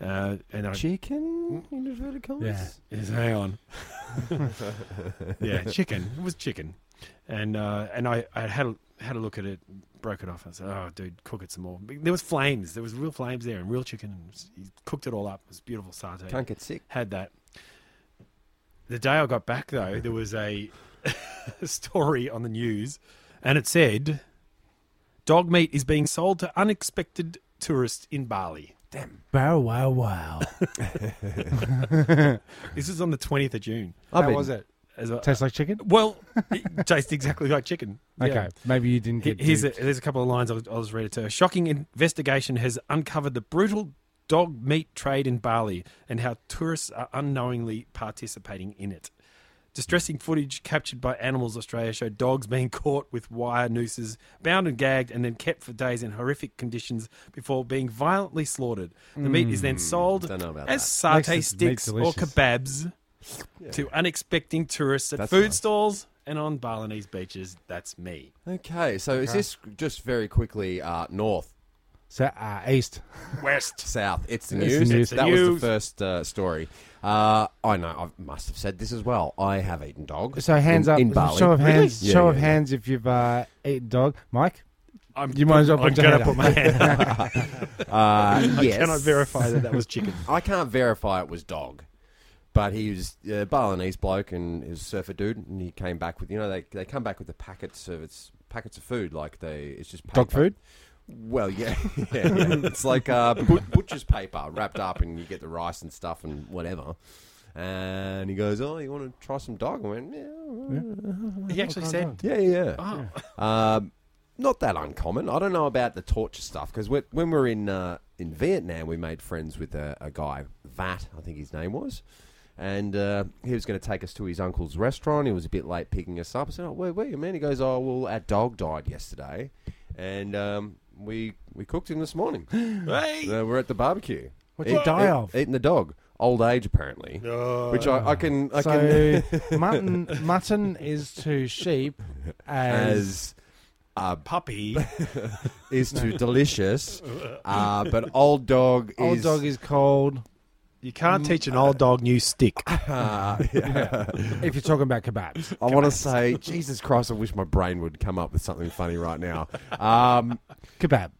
Speaker 5: uh, and I
Speaker 3: Chicken in inverted commas.
Speaker 4: Yeah.
Speaker 5: Yes, hang on. yeah, chicken. It was chicken, and uh, and I, I had a, had a look at it, broke it off. I said, "Oh, dude, cook it some more." But There was flames. There was real flames there, and real chicken. And it was- he cooked it all up. It was beautiful satay.
Speaker 3: Can't get sick.
Speaker 5: Had that. The day I got back, though, there was a story on the news, and it said, "Dog meat is being sold to unexpected tourists in Bali."
Speaker 4: Bow wow wow.
Speaker 5: This is on the twentieth of June.
Speaker 3: I've
Speaker 4: How
Speaker 3: been-
Speaker 4: was it?
Speaker 5: As I-
Speaker 4: Tastes like chicken.
Speaker 5: Well, it tastes exactly like chicken. Yeah.
Speaker 4: Okay, maybe you didn't
Speaker 5: He-
Speaker 4: get.
Speaker 5: Here's a,
Speaker 4: duped.
Speaker 5: there's a couple of lines I'll, I'll just read it to her. Shocking investigation has uncovered the brutal dog meat trade in Bali and how tourists are unknowingly participating in it. Distressing footage captured by Animals Australia showed dogs being caught with wire nooses, bound and gagged, and then kept for days in horrific conditions before being violently slaughtered. The meat is
Speaker 4: Hmm,
Speaker 5: then sold
Speaker 3: don't know about
Speaker 5: as
Speaker 4: Makes
Speaker 5: satay
Speaker 4: it- makes
Speaker 5: sticks or
Speaker 4: delicious.
Speaker 5: kebabs to unexpecting tourists at
Speaker 3: That's
Speaker 5: food
Speaker 3: nice.
Speaker 5: stalls and on Balinese beaches. That's me.
Speaker 3: Okay, so is this just very quickly uh, north,
Speaker 4: so uh, east.
Speaker 5: West.
Speaker 3: south? It's the
Speaker 4: It's the
Speaker 3: news.
Speaker 4: news.
Speaker 3: That
Speaker 5: It's the
Speaker 3: was
Speaker 5: news.
Speaker 3: the first uh, story. Uh, I know. I must have said this as well. I have eaten dog.
Speaker 4: So hands
Speaker 3: in,
Speaker 4: up.
Speaker 3: in Bali.
Speaker 4: Show of hands.
Speaker 3: Yeah,
Speaker 4: show
Speaker 3: yeah,
Speaker 4: of
Speaker 3: yeah.
Speaker 4: hands if you've uh, eaten dog. Mike,
Speaker 5: I'm,
Speaker 4: You might as well
Speaker 5: I'm
Speaker 4: put your hand
Speaker 5: gonna put
Speaker 4: up.
Speaker 5: my hand up.
Speaker 3: Uh,
Speaker 5: I
Speaker 3: yes.
Speaker 5: cannot verify that that was chicken.
Speaker 3: I can't verify it was dog, but he was a Balinese bloke and he was a surfer dude, and he came back with you know they they come back with the packets of it's packets of food like they it's just paper.
Speaker 4: dog food.
Speaker 3: Well, yeah, yeah, yeah. it's like uh, but- butcher's paper wrapped up, and you get the rice and stuff and whatever. And he goes, "Oh, you want to try some dog?" I went, "Yeah, uh, all right."
Speaker 5: He actually said,
Speaker 3: Yeah, yeah.
Speaker 5: Oh.
Speaker 3: Um, not that uncommon. I don't know about the torture stuff because when we were in uh, in Vietnam, we made friends with a, a guy, Vat, I think his name was, and uh, he was going to take us to his uncle's restaurant. He was a bit late picking us up. I said, "Oh, where were you, man?" He goes, "Oh, well, our dog died yesterday, and um, we we cooked him this morning.
Speaker 5: "Hey,
Speaker 3: Uh, we're at the barbecue.
Speaker 4: What'd you die of?
Speaker 3: Eating the dog, old age apparently, which I, I can I can
Speaker 4: So mutton mutton is to sheep as,
Speaker 3: as
Speaker 5: puppy."
Speaker 3: is too delicious, uh, but old dog
Speaker 4: old
Speaker 3: is
Speaker 4: dog is called.
Speaker 5: You can't teach
Speaker 3: Mm.
Speaker 5: an old dog new stick.
Speaker 3: Uh, yeah.
Speaker 4: If you're talking about kebabs,
Speaker 3: I want to say, Jesus Christ! I wish my brain would come up with something funny right now. Um,
Speaker 4: kebab,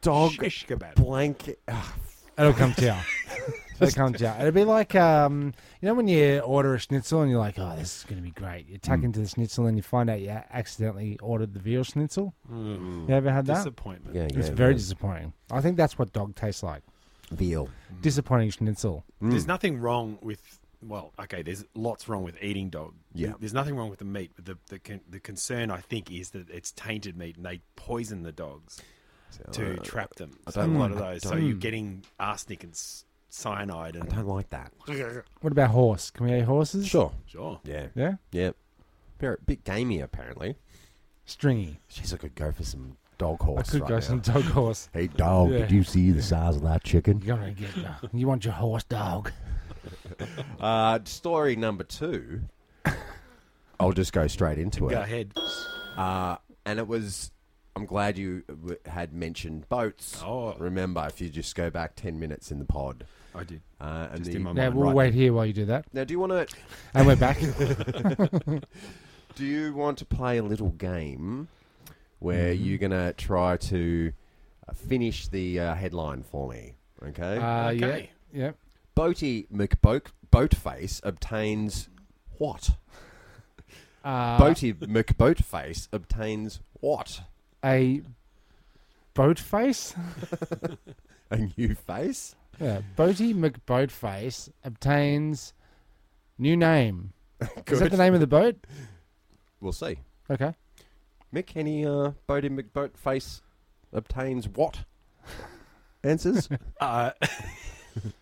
Speaker 3: dog
Speaker 5: Shish kebab.
Speaker 3: blank. ah,
Speaker 4: it'll come to you. It'll come to you. It'll be like um, you know when you order a schnitzel and you're like, oh, this is going to be great. You
Speaker 3: Mm.
Speaker 4: tuck into the schnitzel and you find out you accidentally ordered the veal schnitzel. You ever had that?
Speaker 5: Disappointment.
Speaker 3: Mm. yeah, yeah,
Speaker 4: It's very
Speaker 3: yeah.
Speaker 4: disappointing. I think that's what dog tastes like.
Speaker 3: veal. Mm.
Speaker 4: Disappointing schnitzel.
Speaker 5: There's nothing wrong with well, okay, there's lots wrong with eating dog.
Speaker 3: Yeah.
Speaker 5: There's nothing wrong with the meat, but the, the, con- the concern, I think, is that it's tainted meat and they poison the dogs to trap them.
Speaker 3: Uh, I
Speaker 5: So a
Speaker 3: don't
Speaker 5: lot
Speaker 3: like-
Speaker 5: of
Speaker 3: I
Speaker 5: those. So
Speaker 3: don't-
Speaker 5: you're getting arsenic and s- cyanide
Speaker 3: I
Speaker 5: and.
Speaker 3: don't like that.
Speaker 4: What about horse? Can we eat horses?
Speaker 3: Sure.
Speaker 5: Sure.
Speaker 3: Yeah.
Speaker 4: Yeah.
Speaker 3: Yeah. Very, bit gamey, apparently.
Speaker 4: Stringy.
Speaker 3: Jeez, I could go for some dog
Speaker 4: I
Speaker 3: horse.
Speaker 4: could
Speaker 3: right
Speaker 4: go
Speaker 3: now.
Speaker 4: some dog horse.
Speaker 3: Hey, dog,
Speaker 4: Yeah.
Speaker 3: did you see the size of that chicken?
Speaker 4: You're gonna get. uh, you want your horse dog?
Speaker 3: Uh, story number two. I'll just go straight into
Speaker 5: Go
Speaker 3: it.
Speaker 5: ahead.
Speaker 3: Uh, and it was. I'm glad you w- had mentioned boats.
Speaker 5: Oh.
Speaker 3: Remember, if you just go back 10 minutes in the pod.
Speaker 5: I did.
Speaker 3: Uh, and
Speaker 5: Just
Speaker 3: the-
Speaker 5: in my
Speaker 4: Now
Speaker 5: mind.
Speaker 4: we'll
Speaker 3: right.
Speaker 4: wait here while you do that,
Speaker 3: now, do you want to
Speaker 4: and we're back. Uh,
Speaker 3: do you want to play a little game where
Speaker 4: Mm-hmm.
Speaker 3: you're gonna try to uh, finish the uh, headline for me? Okay.
Speaker 4: Uh, yeah,
Speaker 5: Okay.
Speaker 4: yeah.
Speaker 3: Boaty McBoat Boatface obtains what?
Speaker 4: Uh,
Speaker 3: Boaty McBoatface obtains what?
Speaker 4: a boat face.
Speaker 3: A new face?
Speaker 4: Yeah, Boaty McBoatface obtains new name. Is that
Speaker 3: Good.
Speaker 4: the name of the boat?
Speaker 3: We'll see.
Speaker 4: Okay.
Speaker 3: Mick, any uh, Boaty McBoatface obtains what? Answers?
Speaker 5: Uh,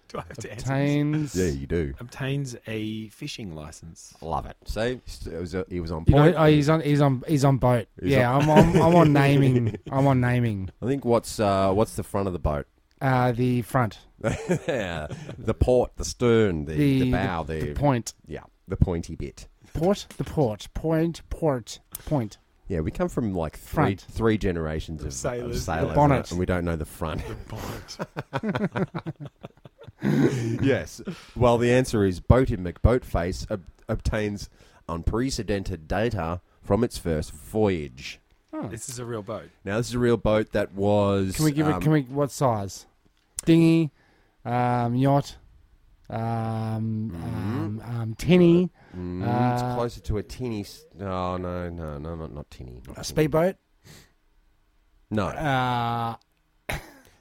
Speaker 5: do I have to answer? this?
Speaker 4: Obtains.
Speaker 3: yeah, you do.
Speaker 5: Obtains a fishing license.
Speaker 3: Love it. See, it was a, he was on
Speaker 4: You know,
Speaker 3: point.
Speaker 4: oh, he's on. He's on. He's on boat.
Speaker 3: He's
Speaker 4: yeah, I'm on. I'm on naming. I'm on naming.
Speaker 3: I think what's uh, what's the front of the boat?
Speaker 4: Uh, the front.
Speaker 3: yeah, the port, the stern, the, the,
Speaker 4: The-
Speaker 3: bow, the,
Speaker 4: The point.
Speaker 3: yeah, the pointy bit.
Speaker 4: Port. The port. Point. Port. Point.
Speaker 3: Yeah, we come from like three
Speaker 4: Front.
Speaker 3: three generations of, of
Speaker 5: sailors.
Speaker 3: sailors,
Speaker 5: The
Speaker 4: bonnet.
Speaker 3: and we don't know the front.
Speaker 5: Bollocks.
Speaker 3: yes. Well, the answer is Boaty McBoatface ob- obtains unprecedented data from its first voyage.
Speaker 5: this is a real boat.
Speaker 3: Now, this is a real boat that was.
Speaker 4: Can we give
Speaker 3: um,
Speaker 4: it? Can we? What size? Dinghy, um, yacht,
Speaker 3: Mm-hmm.
Speaker 4: um, um, um, tinny,
Speaker 3: mm,
Speaker 4: uh,
Speaker 3: it's closer to a tinny. s- Oh no, no, no, not not tinny. Not
Speaker 4: a
Speaker 3: tinny.
Speaker 4: speedboat.
Speaker 3: No.
Speaker 4: Uh,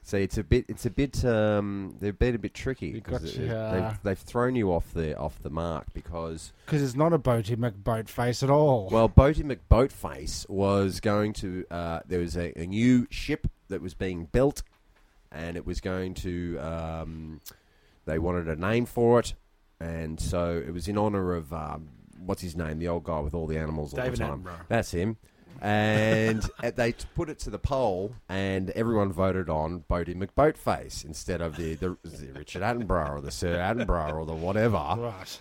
Speaker 3: See, it's a bit. It's a bit. Um, they're a bit a bit tricky.
Speaker 4: We
Speaker 3: 'cause
Speaker 4: got
Speaker 3: it-
Speaker 4: you, uh,
Speaker 3: They've, they've thrown you off the off the mark because
Speaker 4: because it's not a boaty McBoat face at all.
Speaker 3: well, Boaty McBoatface was going to. Uh, there was a, a new ship that was being built, and it was going to. Um, they wanted a name for it, and so it was in honor of um, what's his name, the old guy with all the animals all
Speaker 5: David
Speaker 3: the time.
Speaker 5: Attenborough.
Speaker 3: That's him. And uh, they t- put it to the poll, and everyone voted on Bodie McBoatface instead of the, the, the Richard Attenborough or the Sir Attenborough or the whatever.
Speaker 4: right.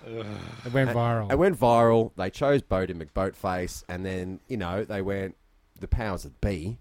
Speaker 4: it went viral.
Speaker 3: It went viral. They chose Bodie McBoatface, and then you know they went the powers that be.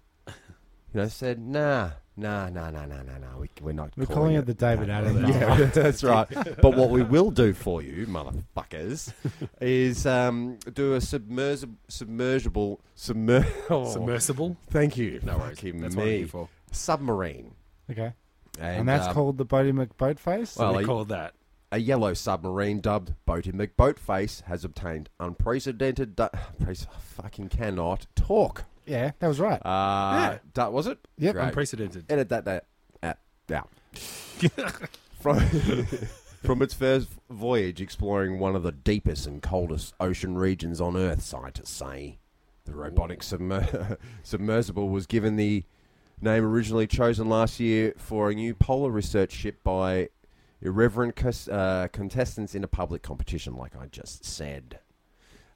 Speaker 3: You know, said nah, nah, nah, nah, nah, nah, nah. We, we're not.
Speaker 4: We're calling it the David Attenborough.
Speaker 3: Yeah, that's right. But what we will do for you, motherfuckers, is um, do a submersible, submersible, submer. oh,
Speaker 5: Submersible.
Speaker 3: Thank you. No
Speaker 5: worries. That's what I'm here for.
Speaker 3: Submarine.
Speaker 4: okay.
Speaker 3: And,
Speaker 4: And, that's
Speaker 3: um,
Speaker 4: called the Bodie McBoatface.
Speaker 5: Well,
Speaker 3: Well,
Speaker 5: they
Speaker 3: I-
Speaker 5: call that.
Speaker 3: a yellow submarine dubbed Boaty McBoatface has obtained unprecedented. Du- Prece- I fucking cannot talk.
Speaker 4: yeah, that was right.
Speaker 3: Uh, du- was it?
Speaker 4: Yep.
Speaker 3: Great.
Speaker 5: Unprecedented.
Speaker 3: Edit that. That. That. Yeah. from from its first voyage, exploring one of the deepest and coldest ocean regions on Earth, scientists say, the robotic submer- submersible was given the name originally chosen last year for a new polar research ship by irreverent cus- uh, contestants in a public competition, like I just said.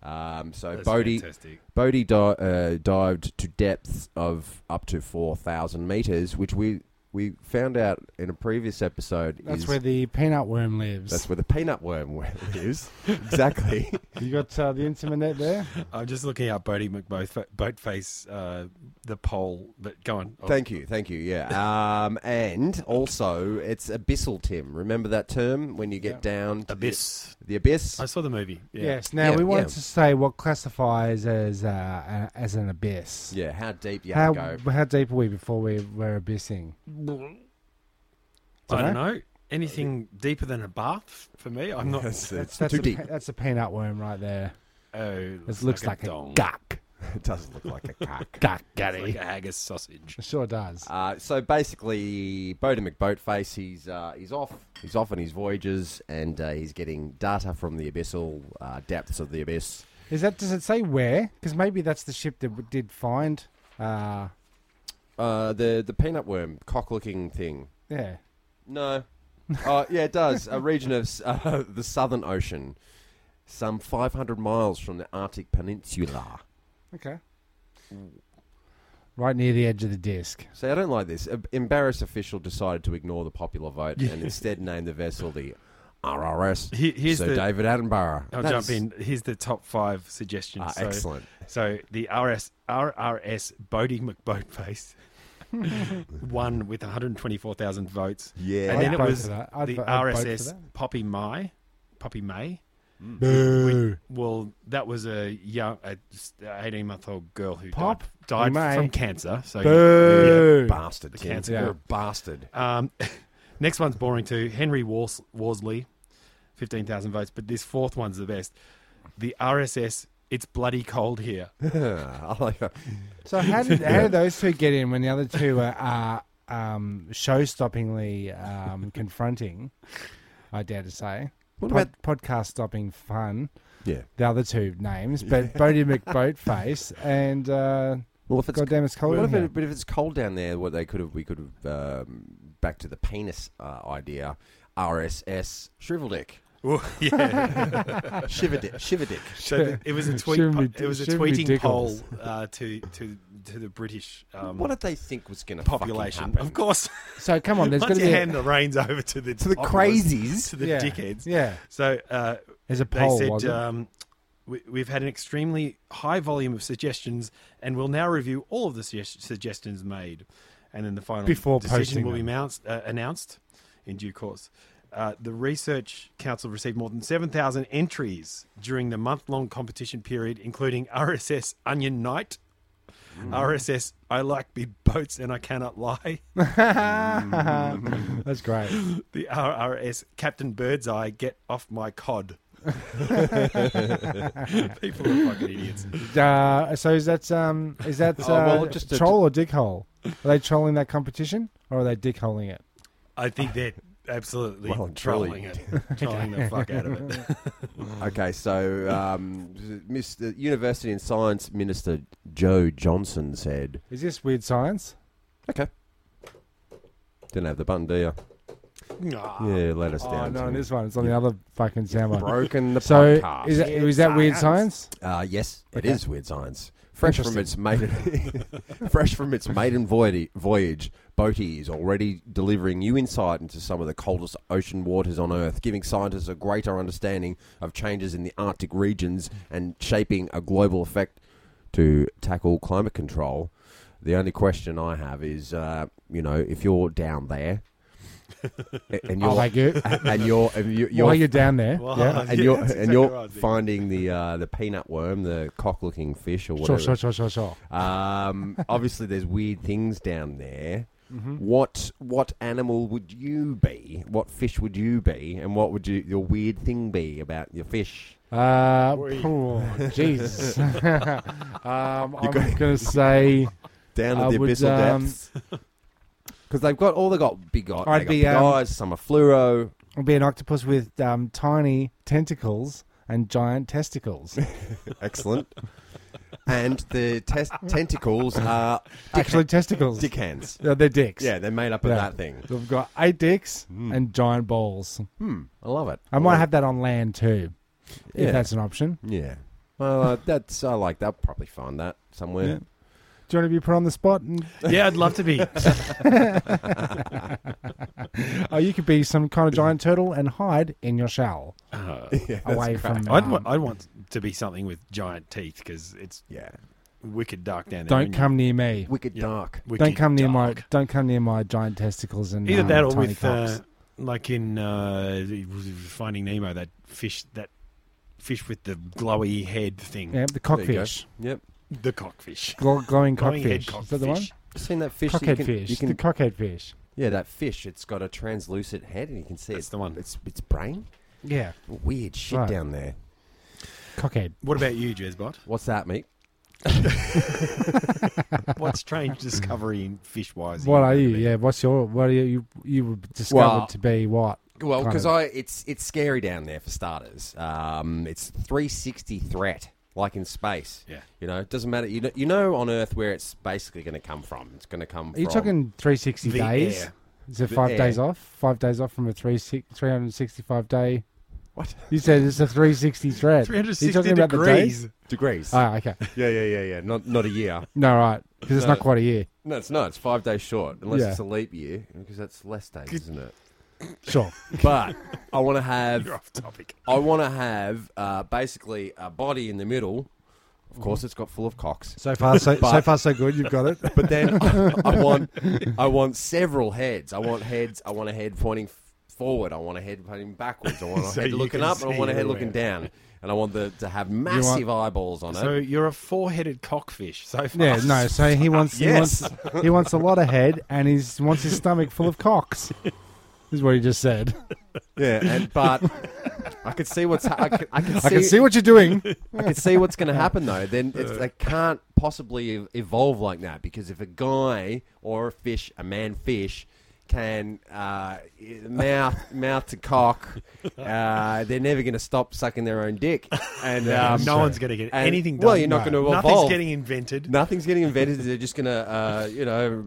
Speaker 3: Um, so
Speaker 5: That's
Speaker 3: Bodie
Speaker 5: fantastic.
Speaker 3: Bodie di- uh, dived to depths of up to 4,000 meters, which we, we found out in a previous episode.
Speaker 4: that's
Speaker 3: is,
Speaker 4: where the peanut worm lives.
Speaker 3: that's where the peanut worm is. exactly.
Speaker 4: you got uh, the internet there.
Speaker 5: I'm just looking up Bodie McBoatface, Boatface, uh, the poll. But go on. Oh,
Speaker 3: Thank you. Thank you. Yeah. Um, and also, it's abyssal, Tim. Remember that term when you get
Speaker 4: Yeah.
Speaker 3: down to
Speaker 5: Abyss.
Speaker 3: The, the abyss?
Speaker 5: I saw the movie. Yeah.
Speaker 4: Yes. Now
Speaker 3: Yeah,
Speaker 4: we wanted
Speaker 3: yeah.
Speaker 4: to say what classifies as uh, a- as an abyss.
Speaker 3: Yeah. How deep you
Speaker 4: How
Speaker 3: have to go.
Speaker 4: how deep are we before we were abyssing?
Speaker 5: I
Speaker 4: Dunno.
Speaker 5: don't know. Anything deeper than a bath for me? I'm not.
Speaker 3: That's,
Speaker 4: That's,
Speaker 3: that's
Speaker 4: that's
Speaker 3: too
Speaker 4: a,
Speaker 3: deep.
Speaker 4: pe- That's a peanut worm right there.
Speaker 5: Oh,
Speaker 4: It looks like, a
Speaker 5: dong.
Speaker 4: guck.
Speaker 3: It does look like a cock.
Speaker 4: Gak,
Speaker 5: Like
Speaker 4: gaddy.
Speaker 5: a haggis sausage.
Speaker 4: It sure does.
Speaker 3: Uh, so basically, Bowden McBoatface, he's uh, he's off, he's off on his voyages, and uh, he's getting data from the abyssal uh, depths of the abyss.
Speaker 4: Is that? Does it say where? Because maybe that's the ship that we did find. Uh,
Speaker 3: Uh, the the peanut worm cock-looking thing.
Speaker 4: yeah.
Speaker 3: No. Uh, yeah, it does. A region of uh, the Southern Ocean, some 500 miles from the Arctic Peninsula.
Speaker 4: Okay. Right near the edge of the disc.
Speaker 3: See, I don't like this. An embarrassed official decided to ignore the popular vote and instead named the vessel the RRS.
Speaker 5: He- here's
Speaker 3: Sir
Speaker 5: the-
Speaker 3: David Attenborough.
Speaker 5: I'll
Speaker 3: That's-
Speaker 5: jump in. Here's the top five suggestions.
Speaker 3: Ah,
Speaker 5: So-
Speaker 3: excellent.
Speaker 5: So the RS RRS Bodie McBoatface won with 124,000 votes.
Speaker 3: Yeah.
Speaker 5: And then
Speaker 4: I'd
Speaker 5: it
Speaker 4: vote
Speaker 5: was
Speaker 4: for
Speaker 5: the
Speaker 4: that. I'd vo- I'd vote for
Speaker 5: RSS
Speaker 4: that.
Speaker 5: Poppy May. Poppy May.
Speaker 4: Boo.
Speaker 5: Well, that was a young, a 18 month old girl who
Speaker 4: Pop
Speaker 5: died, died
Speaker 4: May.
Speaker 5: from cancer. So
Speaker 4: Boo.
Speaker 3: Bastard. Tim.
Speaker 5: cancer
Speaker 3: You're a
Speaker 5: group.
Speaker 3: bastard.
Speaker 5: Um, next one's boring too. Henry Wars- Worsley, 15,000 votes. But this fourth one's the best. The RSS, it's bloody cold here.
Speaker 3: I like that.
Speaker 4: So how did how did those two get in when the other two are, are um, show-stoppingly um, confronting? I dare to say.
Speaker 3: What
Speaker 4: Pod- podcast stopping fun?
Speaker 3: Yeah.
Speaker 4: The other two names, but Bodie McBoatface and uh,
Speaker 3: Well, if it's
Speaker 4: goddamn, it's cold.
Speaker 3: Well,
Speaker 4: in
Speaker 3: if
Speaker 4: here.
Speaker 3: it, but if it's cold down there, what they could have, we could have um, back to the penis uh, idea. RSS shrivel dick,
Speaker 5: Well, yeah.
Speaker 3: shiver dick, shiver dick.
Speaker 5: So th- it was a tweet.
Speaker 4: Shouldn't be-
Speaker 5: it was a
Speaker 4: shouldn't be
Speaker 5: tweeting poll
Speaker 4: dickles.
Speaker 5: uh, to to to the British um,
Speaker 3: What did they think was going to
Speaker 5: population. Of course,
Speaker 4: So come on, there's going
Speaker 5: once you
Speaker 4: to be
Speaker 5: hand the reins over to the
Speaker 3: to the
Speaker 5: populace,
Speaker 3: crazies.
Speaker 5: to the
Speaker 4: yeah,
Speaker 5: dickheads.
Speaker 4: Yeah,
Speaker 5: So uh,
Speaker 4: there's a
Speaker 5: they
Speaker 4: poll. was
Speaker 5: said
Speaker 4: it?
Speaker 5: um, we, we've had an extremely high volume of suggestions, and we'll now review all of the sugges- suggestions made, and then the final
Speaker 4: Before
Speaker 5: decision
Speaker 4: posting
Speaker 5: will be
Speaker 4: them.
Speaker 5: announced, uh, announced in due course. Uh, the Research Council received more than 7,000 entries during the month long competition period, including RSS Onion Night, RSS I Like Big Boats and I Cannot Lie, uh,
Speaker 4: That's great.
Speaker 5: the RRS Captain Birdseye Get Off My Cod. People are fucking idiots.
Speaker 4: Uh, so is that um is that uh,
Speaker 3: Oh, well, just to-
Speaker 4: troll or dickhole? Are they trolling that competition or are they dickholing it?
Speaker 5: I think they're absolutely
Speaker 3: Well and truly.
Speaker 5: trolling it, trolling the fuck out of it.
Speaker 3: Okay, so um, Mr. University and Science Minister Joe Johnson said,
Speaker 4: Is this weird science?
Speaker 3: "Okay, didn't have the button, do you? Yeah, let us
Speaker 4: Oh,
Speaker 3: down.
Speaker 4: not on
Speaker 3: Tim.
Speaker 4: this one. It's on the other fucking soundbar.
Speaker 3: Broken the
Speaker 4: So
Speaker 3: podcast.
Speaker 4: is that, is that weird science?
Speaker 3: Uh, yes, it
Speaker 4: Okay.
Speaker 3: is weird science. Fresh from its maiden, fresh from its maiden voy- voyage, Boaty is already delivering new insight into some of the coldest ocean waters on Earth, giving scientists a greater understanding of changes in the Arctic regions and shaping a global effect to tackle climate control. The only question I have is, uh, you know, if you're down there a- and you're
Speaker 4: I like it.
Speaker 3: and you're and you're,
Speaker 4: While
Speaker 3: you're
Speaker 4: Oh, you're down there,
Speaker 5: Well,
Speaker 4: yeah.
Speaker 3: Uh, and you're
Speaker 5: that's
Speaker 3: and you're
Speaker 5: exactly right, Vic.
Speaker 3: finding the uh, the peanut worm, the cock-looking fish or
Speaker 4: Sure,
Speaker 3: whatever.
Speaker 4: sure, sure, sure, sure.
Speaker 3: Um, obviously, there's weird things down there. What what animal would you be? What fish would you be? And what would you, your weird thing be about your fish?
Speaker 4: Uh, oh, Jesus. um, I'm
Speaker 3: got-
Speaker 4: gonna say
Speaker 3: Down
Speaker 4: I
Speaker 3: at the
Speaker 4: would,
Speaker 3: abyssal
Speaker 4: um,
Speaker 3: depths. Because they've got all they got big eyes.
Speaker 4: I'd
Speaker 3: They got
Speaker 4: be,
Speaker 3: big
Speaker 4: um,
Speaker 3: eyes. Some are fluoro.
Speaker 4: it'll be an octopus with um, tiny tentacles and giant testicles.
Speaker 3: Excellent. and the tes- tentacles are
Speaker 4: Actually, testicles.
Speaker 3: dick hands.
Speaker 4: No, they're dicks.
Speaker 3: Yeah, they're made up of
Speaker 4: Yeah.
Speaker 3: that thing. Hmm,
Speaker 4: So we've got eight dicks
Speaker 5: Hmm.
Speaker 4: and giant balls.
Speaker 3: I love it.
Speaker 4: I might have that on land too,
Speaker 3: Yeah.
Speaker 4: if that's an option.
Speaker 3: Yeah. Well, uh, that's I like that. Probably find that somewhere.
Speaker 4: Yeah. Do you want to be put on the spot? And,
Speaker 5: Yeah, I'd love to be.
Speaker 4: oh, you could be some kind of giant turtle and hide in your shell away from.
Speaker 5: I'd, wa-
Speaker 4: um,
Speaker 5: I'd want to be something with giant teeth because it's
Speaker 3: Yeah.
Speaker 5: wicked dark down there.
Speaker 4: don't
Speaker 5: and
Speaker 4: come near me.
Speaker 3: Wicked
Speaker 5: Yeah.
Speaker 3: dark.
Speaker 5: wicked
Speaker 4: Don't come near my.
Speaker 5: dark.
Speaker 4: Don't come near my giant testicles and
Speaker 5: Either
Speaker 4: um,
Speaker 5: that or
Speaker 4: tiny
Speaker 5: with,
Speaker 4: cocks.
Speaker 5: uh, like in uh, Finding Nemo, that fish, that fish with the glowy head thing,
Speaker 4: yeah, the
Speaker 3: There you go.
Speaker 4: cockfish,
Speaker 3: Yep.
Speaker 5: the cockfish,
Speaker 4: Gl- glowing
Speaker 5: Glowing head
Speaker 4: cockfish. Is that the one?
Speaker 5: cockfish.
Speaker 3: Seen that fish? that you
Speaker 4: Cockhead
Speaker 3: can-
Speaker 4: fish.
Speaker 3: You can,
Speaker 4: the cockhead fish.
Speaker 3: yeah, that fish. It's got a translucent head, and you can see
Speaker 5: That's
Speaker 3: it's
Speaker 5: the one.
Speaker 3: It's its brain.
Speaker 4: Yeah,
Speaker 3: Weird shit
Speaker 4: Right.
Speaker 3: down there.
Speaker 4: cockhead.
Speaker 5: What about you, Jezbot?
Speaker 3: What's that, mate?
Speaker 5: What strange discovery in fish wise?
Speaker 4: What are you? Yeah. What's your? What are you? You were discovered
Speaker 3: Well-
Speaker 4: to be what?
Speaker 3: Well,
Speaker 4: Kind
Speaker 3: because
Speaker 4: of.
Speaker 3: I it's it's scary down there for starters. Um, it's 360 threat, like in space.
Speaker 5: Yeah.
Speaker 3: you know, it doesn't matter. You know, you know on Earth where it's basically going to come from. It's going to come.
Speaker 4: Are you
Speaker 3: from,
Speaker 4: talking 360
Speaker 5: the
Speaker 4: days?
Speaker 5: air.
Speaker 4: Is it
Speaker 3: The
Speaker 4: five
Speaker 3: air.
Speaker 4: days off? Five days off from a three, six, 365 day?
Speaker 3: what
Speaker 4: You said it's a 360 thread. Are you
Speaker 5: 360
Speaker 4: talking about the
Speaker 5: degrees.
Speaker 4: days?
Speaker 3: degrees?
Speaker 4: Ah, okay.
Speaker 3: yeah, yeah, yeah, yeah. Not not a year.
Speaker 4: No, right. Because it's
Speaker 3: No.
Speaker 4: not quite a year.
Speaker 3: No, it's not. It's five days short, unless
Speaker 4: Yeah.
Speaker 3: it's a leap year, because that's less days, isn't it?
Speaker 4: Sure.
Speaker 3: But I want to have
Speaker 5: You're off topic.
Speaker 3: I want to have uh, basically a body in the middle. Of
Speaker 5: Mm-hmm.
Speaker 3: course, it's got full of cocks.
Speaker 4: So far, so, so
Speaker 3: But-
Speaker 4: far, so good. You've got it.
Speaker 3: But then I, I want I want several heads. I want heads. I want a head pointing f- forward. I want a head pointing backwards. I want a
Speaker 5: So
Speaker 3: head
Speaker 5: you
Speaker 3: looking
Speaker 5: can
Speaker 3: up, and I
Speaker 5: see
Speaker 3: want a head
Speaker 5: everywhere.
Speaker 3: looking down. And I want the to have massive eyeballs on
Speaker 5: So
Speaker 3: it.
Speaker 5: you're a four-headed cockfish so far.
Speaker 4: Yeah, no. So he wants,
Speaker 3: Yes.
Speaker 4: he wants, he wants a lot of head, and he's wants his stomach full of cocks. Is what he just said.
Speaker 3: Yeah, and, but I could see what's. Ha- I, could, I, could see,
Speaker 4: I can see what you're doing.
Speaker 3: I can see what's going to happen though. Then it's, they can't possibly ev- evolve like that because if a guy or a fish, a man fish, can uh, i- mouth mouth to cock, uh, they're never going to stop sucking their own dick, and um,
Speaker 5: no one's going to get
Speaker 3: and-
Speaker 5: anything done.
Speaker 3: Well, you're not
Speaker 5: No.
Speaker 3: going to evolve.
Speaker 5: Nothing's getting invented.
Speaker 3: Nothing's getting invented. They're just going to, uh, you know,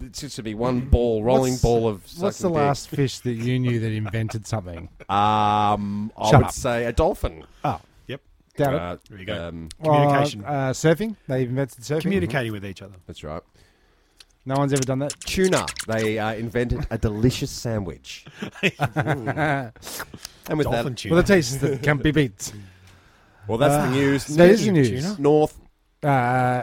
Speaker 3: it's just to be one ball, rolling
Speaker 4: Mm-hmm. What's-
Speaker 3: ball of.
Speaker 4: What's the
Speaker 3: sucking
Speaker 4: last fish that you knew that invented something?
Speaker 3: dick. Um, I
Speaker 4: Shut
Speaker 3: would
Speaker 4: up.
Speaker 3: say a dolphin.
Speaker 4: Oh,
Speaker 5: Yep.
Speaker 4: doubt it.
Speaker 3: Uh,
Speaker 5: There you go.
Speaker 3: um,
Speaker 5: Communication.
Speaker 4: Uh, uh, surfing. They invented surfing.
Speaker 5: Communicating with each other.
Speaker 3: that's right.
Speaker 4: no one's ever done that.
Speaker 3: tuna. They uh, invented a delicious sandwich. and with
Speaker 5: Dolphin
Speaker 3: that,
Speaker 5: tuna.
Speaker 4: Well, the taste that can't be beat.
Speaker 3: well, that's
Speaker 4: Ah,
Speaker 3: the news.
Speaker 4: that is the news.
Speaker 5: Tuna?
Speaker 3: North,
Speaker 4: Uh,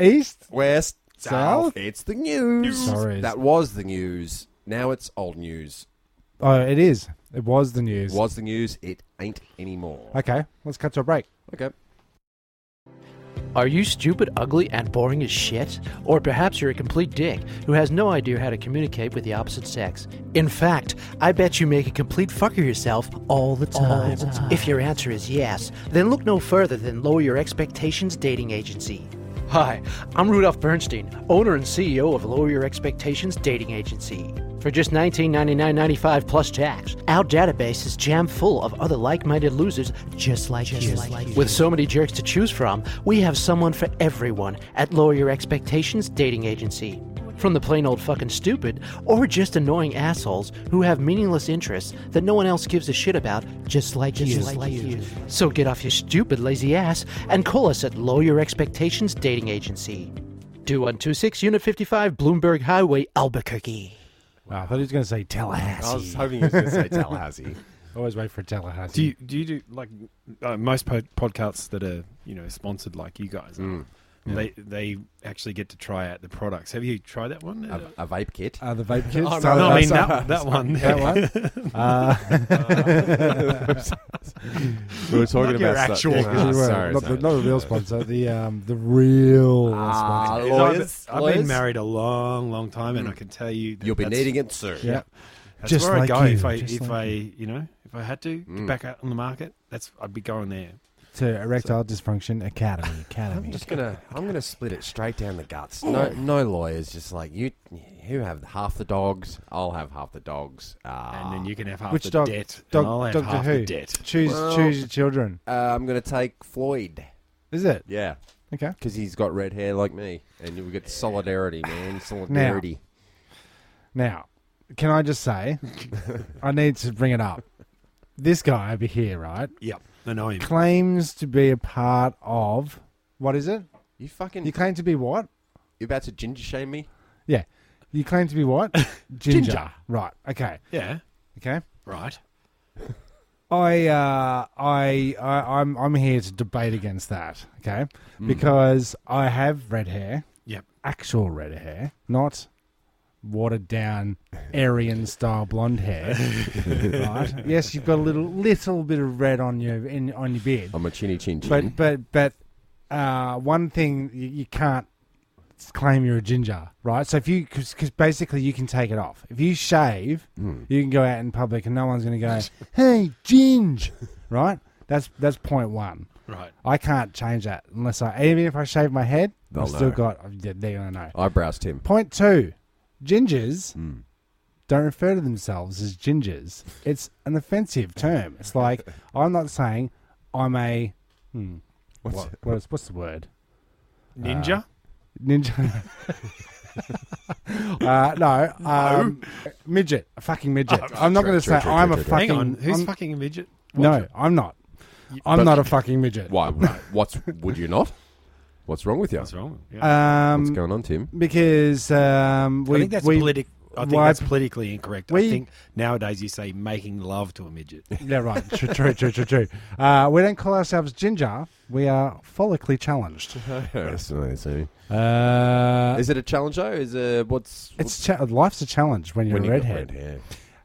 Speaker 4: east.
Speaker 3: west,
Speaker 4: South?
Speaker 3: south. It's the news.
Speaker 4: Sorry.
Speaker 3: That was the news. Now it's old news.
Speaker 4: Oh, it is. It was the news.
Speaker 3: Was the news? It ain't anymore.
Speaker 4: Okay, let's cut to a break.
Speaker 3: Okay.
Speaker 2: Are you stupid, ugly, and boring as shit? Or perhaps you're a complete dick who has no idea how to communicate with the opposite sex? In fact, I bet you make a complete fucker yourself all the time. If your answer is yes, then look no further than Lower Your Expectations Dating Agency. Hi, I'm Rudolph Bernstein, owner and CEO of Lower Your Expectations Dating Agency. For just $19.99.95 plus tax, our database is jammed full of other like-minded losers just like you. With so many jerks to choose from, we have someone for everyone at Lower Your Expectations Dating Agency. From the plain old fucking stupid, or just annoying assholes who have meaningless interests that no one else gives a shit about, just like you. So get off your stupid lazy ass and call us at Lower Your Expectations Dating Agency. 2126 Unit 55 Bloomberg Highway, Albuquerque.
Speaker 4: Wow, I thought he was going to say Tallahassee.
Speaker 3: I was hoping you were going to say Tallahassee.
Speaker 4: Always wait for Tallahassee.
Speaker 5: Do you do you do like uh, most po- podcasts that are you know sponsored like you guys? are,
Speaker 3: Mm.
Speaker 5: They they actually get to try out the products. Have you tried that one?
Speaker 3: a, a vape kit.
Speaker 4: uh, the vape kids?
Speaker 3: Oh, no,
Speaker 4: Sorry,
Speaker 5: no,
Speaker 4: uh,
Speaker 5: I mean
Speaker 4: sorry.
Speaker 5: that, that one.
Speaker 4: That one?
Speaker 3: we were talking
Speaker 5: Not your
Speaker 3: about
Speaker 5: actual-
Speaker 3: Yeah,
Speaker 5: Yeah,
Speaker 4: Because we were-
Speaker 3: sorry,
Speaker 4: not,
Speaker 3: sorry.
Speaker 4: The, not the real sponsor, the um, the real
Speaker 3: Ah,
Speaker 4: sponsor.
Speaker 3: lawyers,
Speaker 5: Uh, I've, I've
Speaker 3: lawyers,
Speaker 5: been married a long, long time, and I can tell you that
Speaker 3: You'll be
Speaker 5: that's-
Speaker 3: needing it soon.
Speaker 4: Yeah.
Speaker 5: That's
Speaker 4: Just
Speaker 5: where
Speaker 4: like
Speaker 5: I go
Speaker 4: you,
Speaker 5: if I
Speaker 4: just
Speaker 5: if
Speaker 4: like
Speaker 5: I you. know if I had to get back out on the market. That's I'd be going there.
Speaker 4: To Erectile Dysfunction Academy. Academy.
Speaker 3: I'm just gonna I'm gonna split it straight down the guts. No no lawyers, just like you you have half the dogs, I'll have half the dogs. Uh,
Speaker 5: And then you can have half
Speaker 4: Which
Speaker 5: the
Speaker 4: dog?
Speaker 5: debt. and
Speaker 4: dog
Speaker 5: I'll have
Speaker 4: Doctor
Speaker 5: half
Speaker 4: Who?
Speaker 5: the debt.
Speaker 4: Choose,
Speaker 3: Well-
Speaker 4: choose your children.
Speaker 3: uh, I'm gonna take Floyd.
Speaker 4: Is it?
Speaker 3: Yeah,
Speaker 4: Okay.
Speaker 3: because he's got red hair like me, and you get solidarity, man, solidarity.
Speaker 4: Now, can I just say, I need to bring it up. This guy over here, right,
Speaker 5: Yep, I know him.
Speaker 4: claims to be a part of what is it?
Speaker 3: You fucking
Speaker 4: You
Speaker 3: you
Speaker 4: claim to be what?
Speaker 3: are about to ginger shame me?
Speaker 4: Yeah, you claim to be what? Ginger. Right. Okay.
Speaker 5: Yeah,
Speaker 4: Okay.
Speaker 5: right.
Speaker 4: I, uh, I, I, I'm, I'm here to debate against that. Okay, because I have red hair,
Speaker 5: Yep.
Speaker 4: actual red hair, not watered down Aryan style blonde hair. right? Yes, you've got a little, little bit of red on your in on your beard,
Speaker 3: I'm a chinny chin chin.
Speaker 4: but, but, but, uh, one thing you, you can't claim you're a ginger, right? So if you, because basically you can take it off. If you shave,
Speaker 3: Mm.
Speaker 4: you can go out in public and no one's going to go, "Hey, ginge," right? That's that's point one.
Speaker 5: Right.
Speaker 4: I can't change that unless I even if I shave my head,
Speaker 3: They'll
Speaker 4: I've still
Speaker 3: know.
Speaker 4: got. yeah, They're gonna know.
Speaker 3: Eyebrows, Tim.
Speaker 4: Point two: gingers
Speaker 3: Hmm.
Speaker 4: don't refer to themselves as gingers. It's an offensive term. It's like I'm not saying I'm a hmm,
Speaker 3: What's-
Speaker 4: what, what is, what's the word
Speaker 5: Ninja?
Speaker 4: ninja. uh, no, um, midget, a fucking midget. I'm not
Speaker 3: true,
Speaker 4: going to
Speaker 3: true,
Speaker 4: say
Speaker 3: true,
Speaker 4: I'm
Speaker 3: true,
Speaker 4: a
Speaker 3: true.
Speaker 4: fucking.
Speaker 5: Hang on. Who's
Speaker 4: I'm-
Speaker 5: fucking a midget?
Speaker 4: No, I'm not. I'm not a fucking midget.
Speaker 3: Why? What's would you not? What's wrong with you?
Speaker 5: What's wrong? Yeah.
Speaker 4: Um,
Speaker 3: What's going on, Tim?
Speaker 4: because um, we
Speaker 5: I think that's
Speaker 4: we,
Speaker 5: politic. I think
Speaker 4: why-
Speaker 5: that's politically incorrect.
Speaker 4: we-
Speaker 5: I think nowadays you say making love to a midget.
Speaker 4: Yeah, right. True, true, true, true, true. Uh, we don't call ourselves ginger. We are follically challenged. Uh,
Speaker 3: Uh-huh. Is it a challenge though? Is it what's
Speaker 4: it's cha- life's a challenge when you're
Speaker 3: when
Speaker 4: a
Speaker 3: you got
Speaker 4: redhead.
Speaker 3: red hair?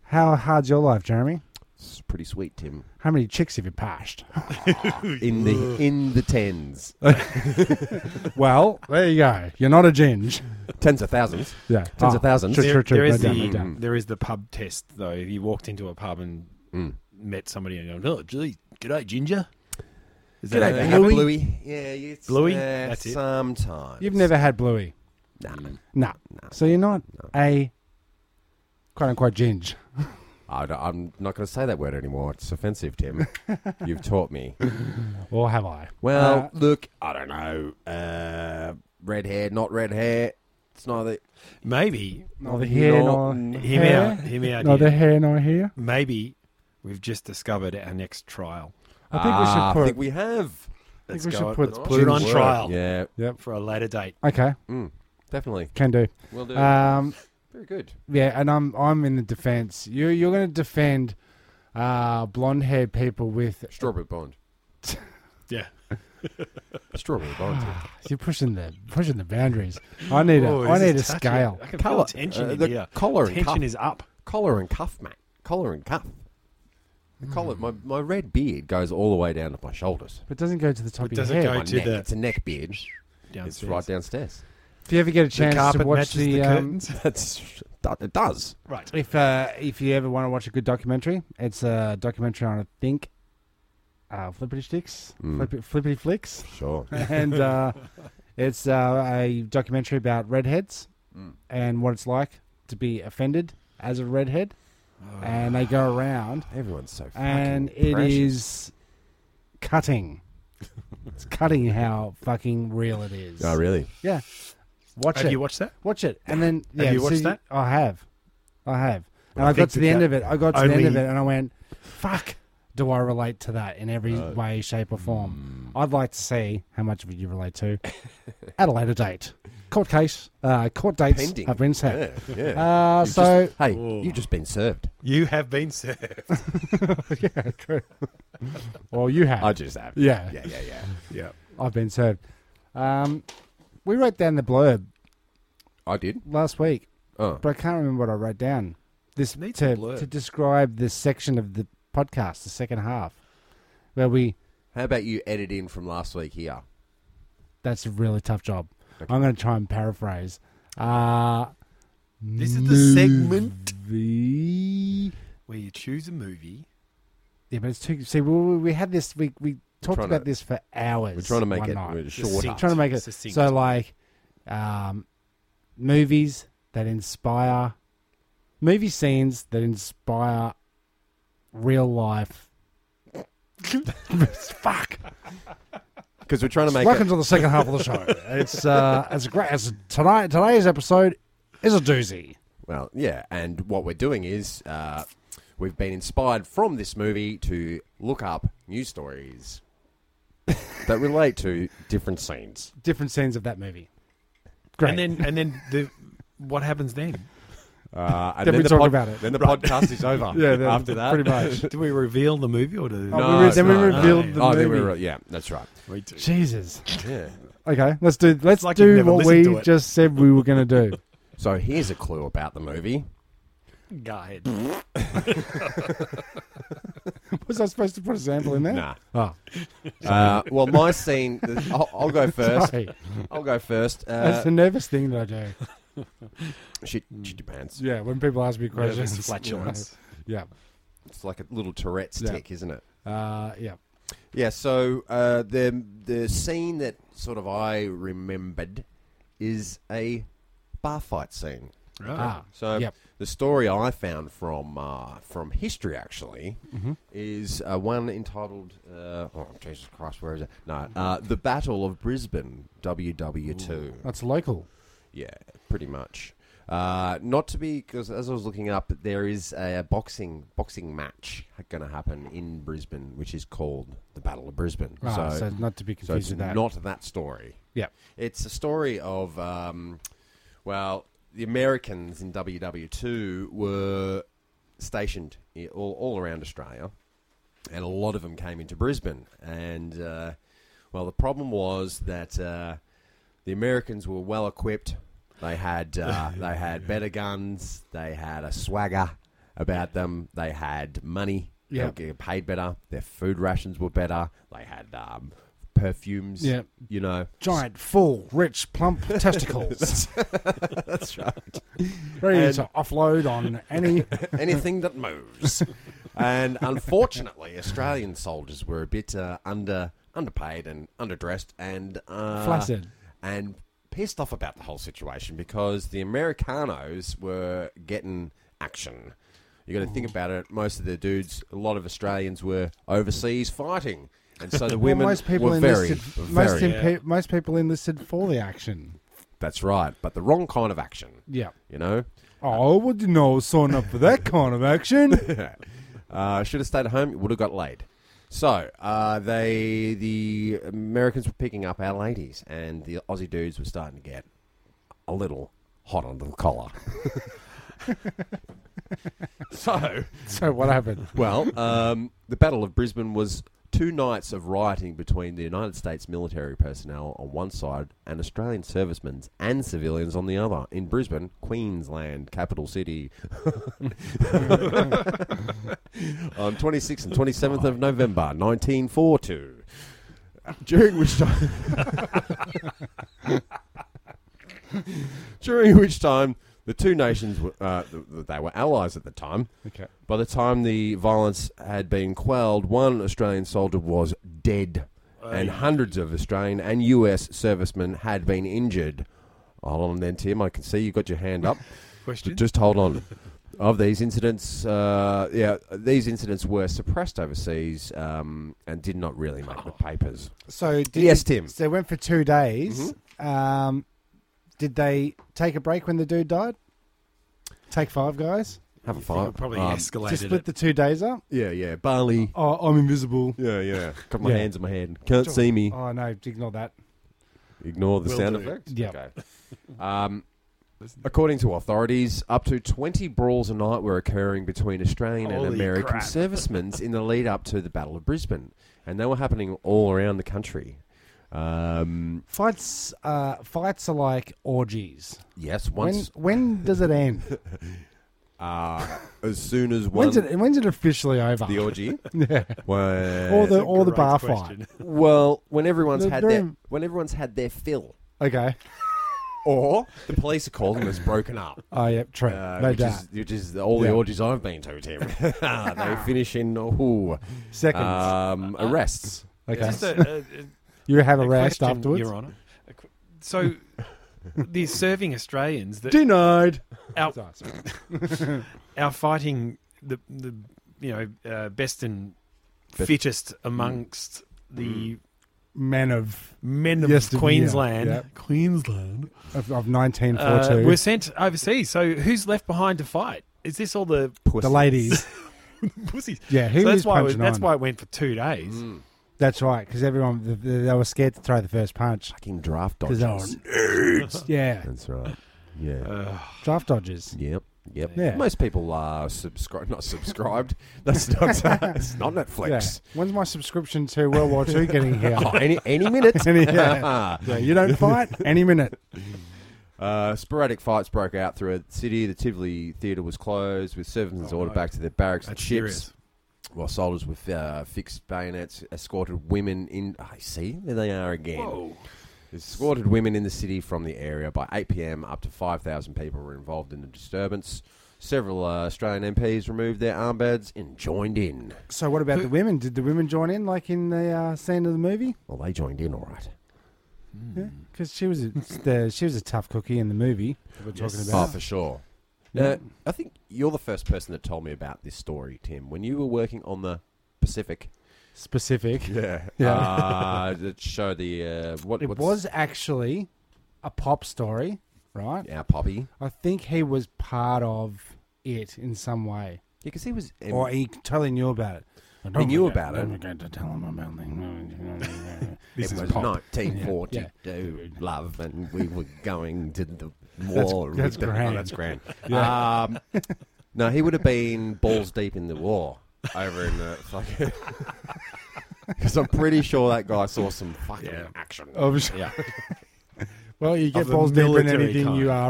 Speaker 4: How hard's your life, Jeremy?
Speaker 3: It's pretty sweet, Tim.
Speaker 4: How many chicks have you passed?
Speaker 3: In the in the tens,
Speaker 4: well, there you go. You're not a ginge.
Speaker 3: tens of thousands.
Speaker 4: Yeah,
Speaker 3: Tens
Speaker 4: Ah,
Speaker 3: of thousands.
Speaker 4: True, true, true.
Speaker 5: there,
Speaker 4: no
Speaker 5: is
Speaker 4: doubt,
Speaker 5: the,
Speaker 4: no doubt.
Speaker 5: there is the pub test, though. If you walked into a pub and
Speaker 3: Mm.
Speaker 5: met somebody and go, oh, gee, g'day, Ginger. Is
Speaker 3: G'day,
Speaker 5: a-
Speaker 3: mate. How Bluey. Yeah, it's
Speaker 5: Bluey?
Speaker 3: uh,
Speaker 5: That's it.
Speaker 3: Sometimes
Speaker 4: You've never had bluey.
Speaker 3: Nah.
Speaker 4: No. So you're not a quote unquote ginge.
Speaker 3: I am not going to say that word anymore. It's offensive, Tim. You've taught me.
Speaker 4: Or have I?
Speaker 3: Well,
Speaker 4: Uh,
Speaker 3: look, I don't know. Uh, red hair, not red hair. It's neither.
Speaker 5: Maybe.
Speaker 4: Neither here nor
Speaker 3: Nor-
Speaker 5: Hear me
Speaker 4: hair.
Speaker 5: out. Hear me out.
Speaker 4: Neither
Speaker 5: here.
Speaker 4: here nor here.
Speaker 5: Maybe we've just discovered our next trial.
Speaker 4: I think we
Speaker 3: Ah,
Speaker 4: should put.
Speaker 3: I think we have.
Speaker 5: Let's
Speaker 4: we should
Speaker 5: go.
Speaker 4: put
Speaker 5: Let's put it on
Speaker 4: ginger-
Speaker 5: trial
Speaker 3: Yeah,
Speaker 5: for a later date.
Speaker 4: Okay,
Speaker 3: mm, definitely.
Speaker 4: can do.
Speaker 3: Will do.
Speaker 5: Uh,
Speaker 4: Um,
Speaker 3: Very good.
Speaker 4: yeah, and I'm I'm in the defense. You you're going to defend uh, blonde haired people with
Speaker 3: Strawberry bond.
Speaker 5: Yeah.
Speaker 3: Strawberry bond.
Speaker 5: Ah,
Speaker 4: you're pushing the pushing the boundaries. I need
Speaker 5: Oh,
Speaker 4: a I need a scale.
Speaker 5: I can feel tension
Speaker 3: uh,
Speaker 5: in
Speaker 3: the
Speaker 5: here.
Speaker 3: collar and
Speaker 5: Tension
Speaker 3: cuff.
Speaker 5: is up.
Speaker 3: collar and cuff, mate. Collar and cuff. The collar.
Speaker 5: Hmm.
Speaker 3: My, my red beard goes all the way down to my shoulders.
Speaker 4: But it doesn't go to the top of your
Speaker 5: doesn't
Speaker 4: head.
Speaker 5: go
Speaker 3: My
Speaker 5: to
Speaker 3: neck.
Speaker 5: the-
Speaker 3: It's a neck beard. It's
Speaker 5: downstairs.
Speaker 3: right downstairs.
Speaker 4: if you ever get a
Speaker 5: The
Speaker 4: chance
Speaker 5: carpet
Speaker 4: to watch
Speaker 5: matches
Speaker 4: the,
Speaker 5: the,
Speaker 4: um,
Speaker 5: curtains.
Speaker 3: That's it. Does.
Speaker 5: Right.
Speaker 4: if uh, if you ever want to watch a good documentary, it's a documentary on I think uh, Flippity Sticks, Flippi- Flippity Flicks.
Speaker 3: Sure.
Speaker 4: and uh, it's uh, a documentary about redheads
Speaker 3: Mm.
Speaker 4: and what it's like to be offended as a redhead. And they go around,
Speaker 3: Everyone's so Ah. fucking
Speaker 4: and it
Speaker 3: precious.
Speaker 4: is cutting. it's cutting how fucking real it is.
Speaker 3: Oh, really?
Speaker 4: Yeah, watch
Speaker 5: Have
Speaker 4: it.
Speaker 5: you watched that?
Speaker 4: watch it, and then yeah,
Speaker 5: you watched
Speaker 4: see,
Speaker 5: that?
Speaker 4: I have, I have, and
Speaker 5: I
Speaker 4: I, got
Speaker 5: think
Speaker 4: to the
Speaker 5: that
Speaker 4: end of it. I got to the end of
Speaker 5: only-
Speaker 4: it, and I went, "Fuck, do I relate to that in every
Speaker 5: Uh,
Speaker 4: way, shape,
Speaker 5: mm.
Speaker 4: or form?" I'd like to see how much of it you relate to at a later date. Court case, uh, court dates
Speaker 3: Pending.
Speaker 4: have been set.
Speaker 3: Yeah. yeah.
Speaker 4: Uh,
Speaker 3: You've
Speaker 4: so
Speaker 3: just- hey, you've just been served.
Speaker 5: You have been served.
Speaker 4: yeah, true. well, you have.
Speaker 3: just have.
Speaker 4: yeah,
Speaker 3: Yeah, yeah, yeah.
Speaker 5: yeah.
Speaker 4: I've been served. Um, we wrote down the blurb
Speaker 3: I did.
Speaker 4: last week,
Speaker 3: Oh,
Speaker 4: but I can't remember what I wrote down. This
Speaker 5: Needs
Speaker 4: to,
Speaker 5: a blurb.
Speaker 4: to describe this section of the podcast, the second half, where we.
Speaker 3: how about you edit in from last week here?
Speaker 4: That's a really tough job. I'm going to try and paraphrase. Uh,
Speaker 5: This is the segment
Speaker 4: the
Speaker 5: where you choose a movie.
Speaker 4: yeah, but it's too. See, we, we we had this. We we talked
Speaker 3: trying
Speaker 4: about
Speaker 3: to-
Speaker 4: this for hours.
Speaker 3: We're trying to make
Speaker 4: one
Speaker 3: it
Speaker 4: night.
Speaker 3: uh, shorter.
Speaker 5: Succinct.
Speaker 4: trying to make it
Speaker 5: Succinct.
Speaker 4: so like um, movies that inspire movie scenes that inspire real life fuck
Speaker 3: Because we're trying to make
Speaker 4: welcome
Speaker 3: it.
Speaker 4: to the second half of the show it's uh it's a great it's tonight today's episode is a doozy
Speaker 3: Well, yeah. And what we're doing is uh, we've been inspired from this movie to look up news stories that relate to different scenes.
Speaker 4: different scenes of that movie great
Speaker 5: And then and then the what happens then?
Speaker 3: Uh, and
Speaker 4: Then we
Speaker 3: the
Speaker 4: talk about it.
Speaker 3: Then the podcast is over.
Speaker 4: then-
Speaker 3: after that,
Speaker 4: pretty much
Speaker 5: Do we reveal the movie or do
Speaker 4: Oh, we re-
Speaker 3: it's
Speaker 4: then we
Speaker 3: not,
Speaker 4: revealed
Speaker 5: no.
Speaker 4: the
Speaker 3: Oh, then we
Speaker 4: movie
Speaker 3: re- yeah, that's right.
Speaker 5: we do?
Speaker 4: jesus
Speaker 3: Yeah.
Speaker 4: okay let's do let's
Speaker 5: like you've
Speaker 4: do
Speaker 5: never
Speaker 4: what
Speaker 5: listened
Speaker 4: we
Speaker 5: to it.
Speaker 4: just said we were gonna do
Speaker 3: So here's a clue about the movie.
Speaker 5: Go ahead.
Speaker 4: was i supposed to put a sample in there
Speaker 3: Nah.
Speaker 4: oh
Speaker 3: Uh, well, my scene. I'll, I'll go first. uh,
Speaker 4: sorry.
Speaker 3: I'll go first.
Speaker 4: That's
Speaker 3: Uh,
Speaker 4: the nervous thing that I do.
Speaker 3: shit, shit your pants.
Speaker 4: Yeah, when people ask me questions,
Speaker 5: Nervous flatulence.
Speaker 4: Yeah,
Speaker 3: It's like a little Tourette's
Speaker 4: Yeah.
Speaker 3: tick, isn't it?
Speaker 4: uh, yeah.
Speaker 3: Yeah, so uh, the the scene that sort of I remembered is a bar fight scene.
Speaker 4: Ah,
Speaker 3: So
Speaker 4: Yep.
Speaker 3: the story I found from uh, from history actually
Speaker 4: Mm-hmm.
Speaker 3: is uh, one entitled uh, Oh Jesus Christ, where is it? No, uh, the Battle of Brisbane, WW two.
Speaker 4: that's local.
Speaker 3: Yeah, pretty much. Uh, not to be because as I was looking up, there is a boxing boxing match going to happen in Brisbane, which is called the Battle of Brisbane.
Speaker 4: Ah, so,
Speaker 3: so,
Speaker 4: not to be
Speaker 3: so
Speaker 4: confused
Speaker 3: it's
Speaker 4: with that.
Speaker 3: not that story.
Speaker 4: yeah.
Speaker 3: It's a story of, um, well, the Americans in WW2 were stationed i- all, all around Australia, and a lot of them came into Brisbane. And, uh, well, the problem was that uh, the Americans were well equipped. They had uh, they had better guns. They had a swagger about them. They had money. They
Speaker 4: Yeah.
Speaker 3: were getting paid better. Their food rations were better. They had um, perfumes.
Speaker 4: Yeah.
Speaker 3: you know,
Speaker 4: Giant, full, rich, plump testicles.
Speaker 3: That's right.
Speaker 4: Ready
Speaker 3: And-
Speaker 4: to offload on any.
Speaker 3: Anything that moves. and unfortunately, Australian soldiers were a bit uh, under underpaid and underdressed and uh,
Speaker 4: Flaccid.
Speaker 3: and pissed off about the whole situation because the Americanos were getting action. You got to think about it. Most of the dudes, a lot of Australians were overseas fighting, and so the women
Speaker 4: well, most people
Speaker 3: were very,
Speaker 4: enlisted.
Speaker 3: very.
Speaker 4: most, in, most people enlisted for the action.
Speaker 3: that's right, but the wrong kind of action.
Speaker 4: Yeah.
Speaker 3: You know,
Speaker 4: Oh, well, you know, sign up for that kind of action.
Speaker 3: Uh, should have stayed at home. Would have got laid. So uh, they, the Americans were picking up our ladies, and the Aussie dudes were starting to get a little hot under the collar. so,
Speaker 4: so what happened?
Speaker 3: well, um, the Battle of Brisbane was two nights of rioting between the United States military personnel on one side and Australian servicemen and civilians on the other in Brisbane, Queensland, capital city, on 26th and 27th of November 1942. During which time. during which time the two nations were, uh, th- th- they were allies at the time.
Speaker 4: Okay.
Speaker 3: By the time the violence had been quelled, one Australian soldier was dead, and hundreds of Australian and U.S. servicemen had been injured. Hold on, then Tim. I can see you got your hand up.
Speaker 5: Question?
Speaker 3: Just hold on. Of these incidents, uh, yeah, these incidents were suppressed overseas um, and did not really make
Speaker 5: Oh.
Speaker 3: the papers.
Speaker 4: So did
Speaker 3: Yes, Tim. Mm-hmm.
Speaker 4: So they went for two days. Um, did they take a break when the dude died? Take five guys
Speaker 3: Have a
Speaker 5: Think
Speaker 3: fight.
Speaker 5: it probably
Speaker 3: Um,
Speaker 5: escalated.
Speaker 4: to split
Speaker 5: it.
Speaker 4: the two days up.
Speaker 3: yeah, yeah. Bali.
Speaker 4: Oh, I'm invisible.
Speaker 3: Yeah, yeah. Got my
Speaker 4: Yeah.
Speaker 3: hands in my head. Can't see me.
Speaker 4: Oh no, ignore that.
Speaker 3: Ignore the
Speaker 5: Will
Speaker 3: sound
Speaker 5: do.
Speaker 3: effect.
Speaker 4: Yep.
Speaker 3: Okay. Um, according to authorities, up to 20 brawls a night were occurring between Australian and
Speaker 5: Holy
Speaker 3: American
Speaker 5: crap.
Speaker 3: servicemen in the lead up to the Battle of Brisbane, and they were happening all around the country. Um,
Speaker 4: Fights, uh, fights are like orgies.
Speaker 3: yes, once
Speaker 4: when when does it end?
Speaker 3: uh, as soon as one
Speaker 4: when's it when's it officially over?
Speaker 3: the orgy, yeah,
Speaker 4: or the
Speaker 5: That's a
Speaker 4: or the
Speaker 5: great
Speaker 4: bar
Speaker 5: question.
Speaker 3: well, when everyone's
Speaker 4: The
Speaker 3: had their
Speaker 4: dream.
Speaker 3: when everyone's had their fill,
Speaker 4: fight. Okay.
Speaker 3: or the police are called and it's broken up.
Speaker 4: Oh yeah, true.
Speaker 3: Uh,
Speaker 4: no
Speaker 3: which,
Speaker 4: doubt.
Speaker 3: is, which is all the
Speaker 4: Yeah.
Speaker 3: orgies I've been to, Tim. they finish in oh, ooh,
Speaker 4: Seconds.
Speaker 5: uh,
Speaker 3: um, arrests.
Speaker 4: okay.
Speaker 5: Just a- a- a-
Speaker 4: you have
Speaker 5: a
Speaker 4: a rest
Speaker 5: question,
Speaker 4: afterwards.
Speaker 5: Your Honour. A qu- So these serving Australians that
Speaker 4: Denied.
Speaker 5: our,
Speaker 4: Sorry, sorry.
Speaker 5: our fighting the the you know uh, best and fittest amongst
Speaker 3: Mm.
Speaker 5: the
Speaker 4: Men of
Speaker 5: men of
Speaker 4: Yes, yeah,
Speaker 5: Queensland.
Speaker 4: yeah.
Speaker 5: Queensland.
Speaker 4: of, of
Speaker 5: Uh,
Speaker 4: 1942.
Speaker 5: were sent overseas. So who's left behind to fight? Is this all the
Speaker 4: the ladies.
Speaker 5: pussies?
Speaker 4: Yeah, who
Speaker 5: so that's
Speaker 4: is
Speaker 5: why it was-
Speaker 4: punching
Speaker 5: that's
Speaker 4: on?
Speaker 5: why it went for two days.
Speaker 3: Mm.
Speaker 4: That's right, because everyone th- th- they were scared to throw the first punch.
Speaker 3: Fucking draft
Speaker 4: 'Cause
Speaker 3: dodgers.
Speaker 4: they were nerds. yeah,
Speaker 3: That's right. Yeah.
Speaker 4: draft dodgers.
Speaker 3: yep. Yep.
Speaker 4: Yeah.
Speaker 3: Most people are subscribed. Not subscribed. That's not. it's not
Speaker 4: Yeah.
Speaker 3: Netflix.
Speaker 4: When's my subscription to World War Two getting here?
Speaker 3: Oh, any any minute.
Speaker 4: Any- yeah. Yeah, you don't fight any minute.
Speaker 3: Uh, sporadic fights broke out throughout the city. The Tivoli Theatre was closed, with servants ordered back to their barracks and
Speaker 5: That's
Speaker 3: ships.
Speaker 5: serious.
Speaker 3: While soldiers with uh, fixed bayonets escorted women in. I see, there they are again. Escorted women in the city from the area. By 8 p.m., up to 5,000 people were involved in the disturbance. Several uh, Australian MPs removed their armbands and joined in.
Speaker 4: So what about the women? Did the women join in, like in the uh, scene of the movie?
Speaker 3: Well, they joined in, all right.
Speaker 4: Because she was a, the, she was a tough cookie in the movie that we're talking
Speaker 3: Oh,
Speaker 4: about.
Speaker 3: for sure.
Speaker 4: Yeah.
Speaker 3: Now, I think you're the first person that told me about this story, Tim. When you were working on the Pacific,
Speaker 4: Specific.
Speaker 3: yeah,
Speaker 4: Yeah.
Speaker 3: uh, that showed the uh, what
Speaker 4: It
Speaker 3: what's
Speaker 4: was actually a pop story, right?
Speaker 3: our poppy.
Speaker 4: I think he was part of it in some way,
Speaker 3: Yeah, because he was.
Speaker 4: or he totally knew about it.
Speaker 3: He knew about it.
Speaker 4: We're going to tell him about it.
Speaker 5: This
Speaker 3: it
Speaker 5: is
Speaker 3: was
Speaker 5: pop.
Speaker 3: 1942, love, and we were going to the war.
Speaker 4: that's
Speaker 3: with the-
Speaker 4: grand.
Speaker 3: Oh, that's grand. Um, no, he would have been balls deep in the war over in the fucking. Because I'm pretty sure that guy saw some fucking action.
Speaker 4: Obviously.
Speaker 3: Yeah.
Speaker 4: Well, you get
Speaker 5: Of the
Speaker 4: balls deeper in
Speaker 5: military
Speaker 4: anything
Speaker 5: kind.
Speaker 4: you are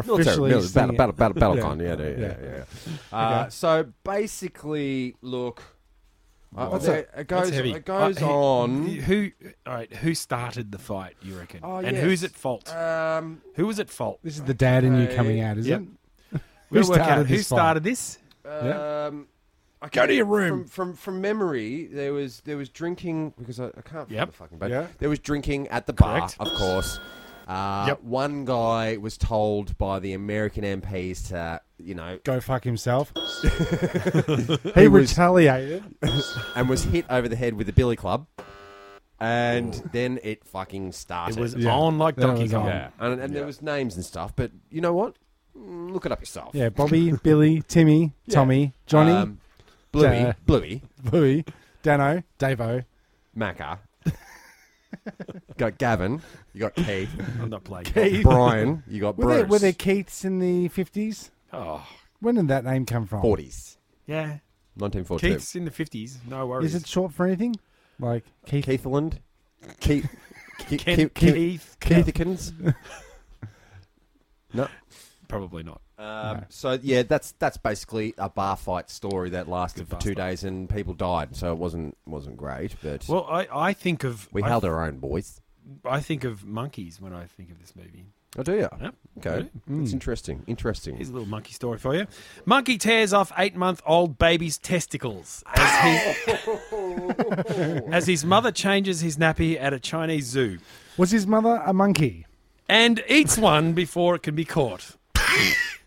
Speaker 3: military,
Speaker 4: officially.
Speaker 3: battle,
Speaker 4: singing.
Speaker 3: battle, battle, battle
Speaker 4: Yeah.
Speaker 3: con. Yeah, yeah, yeah.
Speaker 4: Yeah.
Speaker 3: yeah, Uh, So basically, look, uh,
Speaker 5: That's
Speaker 3: there- it goes,
Speaker 5: heavy.
Speaker 3: it goes
Speaker 5: Uh, who-
Speaker 3: on.
Speaker 5: Who? All right. Who started the fight? You reckon?
Speaker 3: Oh,
Speaker 5: and
Speaker 3: yes.
Speaker 5: who's at fault?
Speaker 3: Um,
Speaker 5: who was at fault?
Speaker 4: This is the dad in you
Speaker 3: Okay.
Speaker 4: coming out, is
Speaker 5: Yep.
Speaker 4: it?
Speaker 5: We'll
Speaker 4: who
Speaker 5: work
Speaker 4: started
Speaker 5: out who
Speaker 4: this fight?
Speaker 5: started this?
Speaker 4: Yeah.
Speaker 3: Um, I
Speaker 5: Go to
Speaker 3: can't-
Speaker 5: your room.
Speaker 3: From, from from memory, there was there was drinking because I, I can't.
Speaker 5: Yep.
Speaker 3: Yep. The fucking but
Speaker 4: Yeah.
Speaker 3: There was drinking at the
Speaker 5: Correct.
Speaker 3: bar, of course. Uh,
Speaker 5: Yep.
Speaker 3: One guy was told by the American MPs to, you know,
Speaker 4: Go fuck himself. he
Speaker 3: was-
Speaker 4: retaliated.
Speaker 3: and was hit over the head with a billy club, and then it fucking started.
Speaker 5: It was
Speaker 4: Yeah.
Speaker 5: on like
Speaker 4: That
Speaker 5: Donkey
Speaker 4: was
Speaker 5: Kong.
Speaker 4: on.
Speaker 3: yeah, and, and there was names and stuff, but you know what? Mm, Look it up yourself.
Speaker 4: Yeah, Bobby, Billy, Timmy,
Speaker 3: Yeah.
Speaker 4: Tommy, Johnny,
Speaker 3: Um, Bluey,
Speaker 4: Uh,
Speaker 3: Bluey,
Speaker 4: Bluey, Dano, Davo.
Speaker 3: Macca. you got Gavin. You got Keith.
Speaker 5: I'm not playing.
Speaker 3: You got Brian. You got
Speaker 4: Were there,
Speaker 3: Bruce.
Speaker 4: were there Keiths in the 50s?
Speaker 5: Oh,
Speaker 4: When did that name come from?
Speaker 3: forties?
Speaker 5: yeah.
Speaker 3: Nineteen forty-two.
Speaker 5: Keith's in the fifties. No worries.
Speaker 4: Is it short for anything? Like Keith?
Speaker 3: Keithland. Keith. Keith.
Speaker 5: Ken,
Speaker 3: Keith. Keith.
Speaker 5: Keith?
Speaker 3: Keithikins.
Speaker 5: Probably not.
Speaker 3: Um, so yeah, that's that's basically a bar fight story that lasted
Speaker 5: Good
Speaker 3: for
Speaker 5: bar
Speaker 3: two
Speaker 5: fight.
Speaker 3: days, and people died. So it wasn't wasn't great, but
Speaker 5: Well, I, I think of
Speaker 3: we
Speaker 5: I,
Speaker 3: held our own, boys.
Speaker 5: I think of monkeys when I think of this movie.
Speaker 3: Oh, do you?
Speaker 5: Yep.
Speaker 3: Okay, that's interesting. Interesting.
Speaker 5: Here's a little monkey story for you. Monkey tears off eight-month-old baby's testicles as, he, as his mother changes his nappy at a Chinese zoo
Speaker 4: Was his mother a monkey?
Speaker 5: and eats one before it can be caught.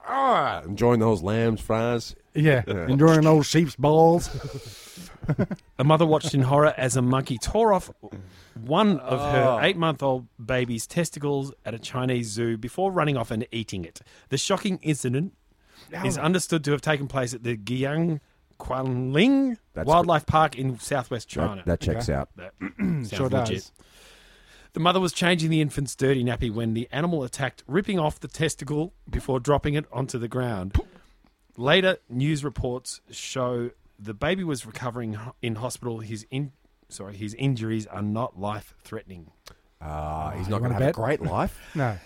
Speaker 3: Ah, enjoying those lambs fries.
Speaker 4: Yeah, enjoying old sheep's balls.
Speaker 5: A mother watched in horror as a monkey tore off one of
Speaker 3: Oh.
Speaker 5: her eight month old baby's testicles at a Chinese zoo before running off and eating it. The shocking incident is understood to have taken place at the Guiyang Quanling
Speaker 3: That's-
Speaker 5: Wildlife Park in southwest China.
Speaker 3: That, that checks out.
Speaker 5: That sounds
Speaker 4: Sure
Speaker 5: legit.
Speaker 4: does.
Speaker 5: The mother was changing the infant's dirty nappy when the animal attacked, ripping off the testicle before dropping it onto the ground. Later, news reports show the baby was recovering ho- in hospital. His in sorry, his injuries are not life threatening.
Speaker 3: Ah, he's not going
Speaker 4: you wanna
Speaker 3: to have
Speaker 4: bet?
Speaker 3: a great life.
Speaker 4: No.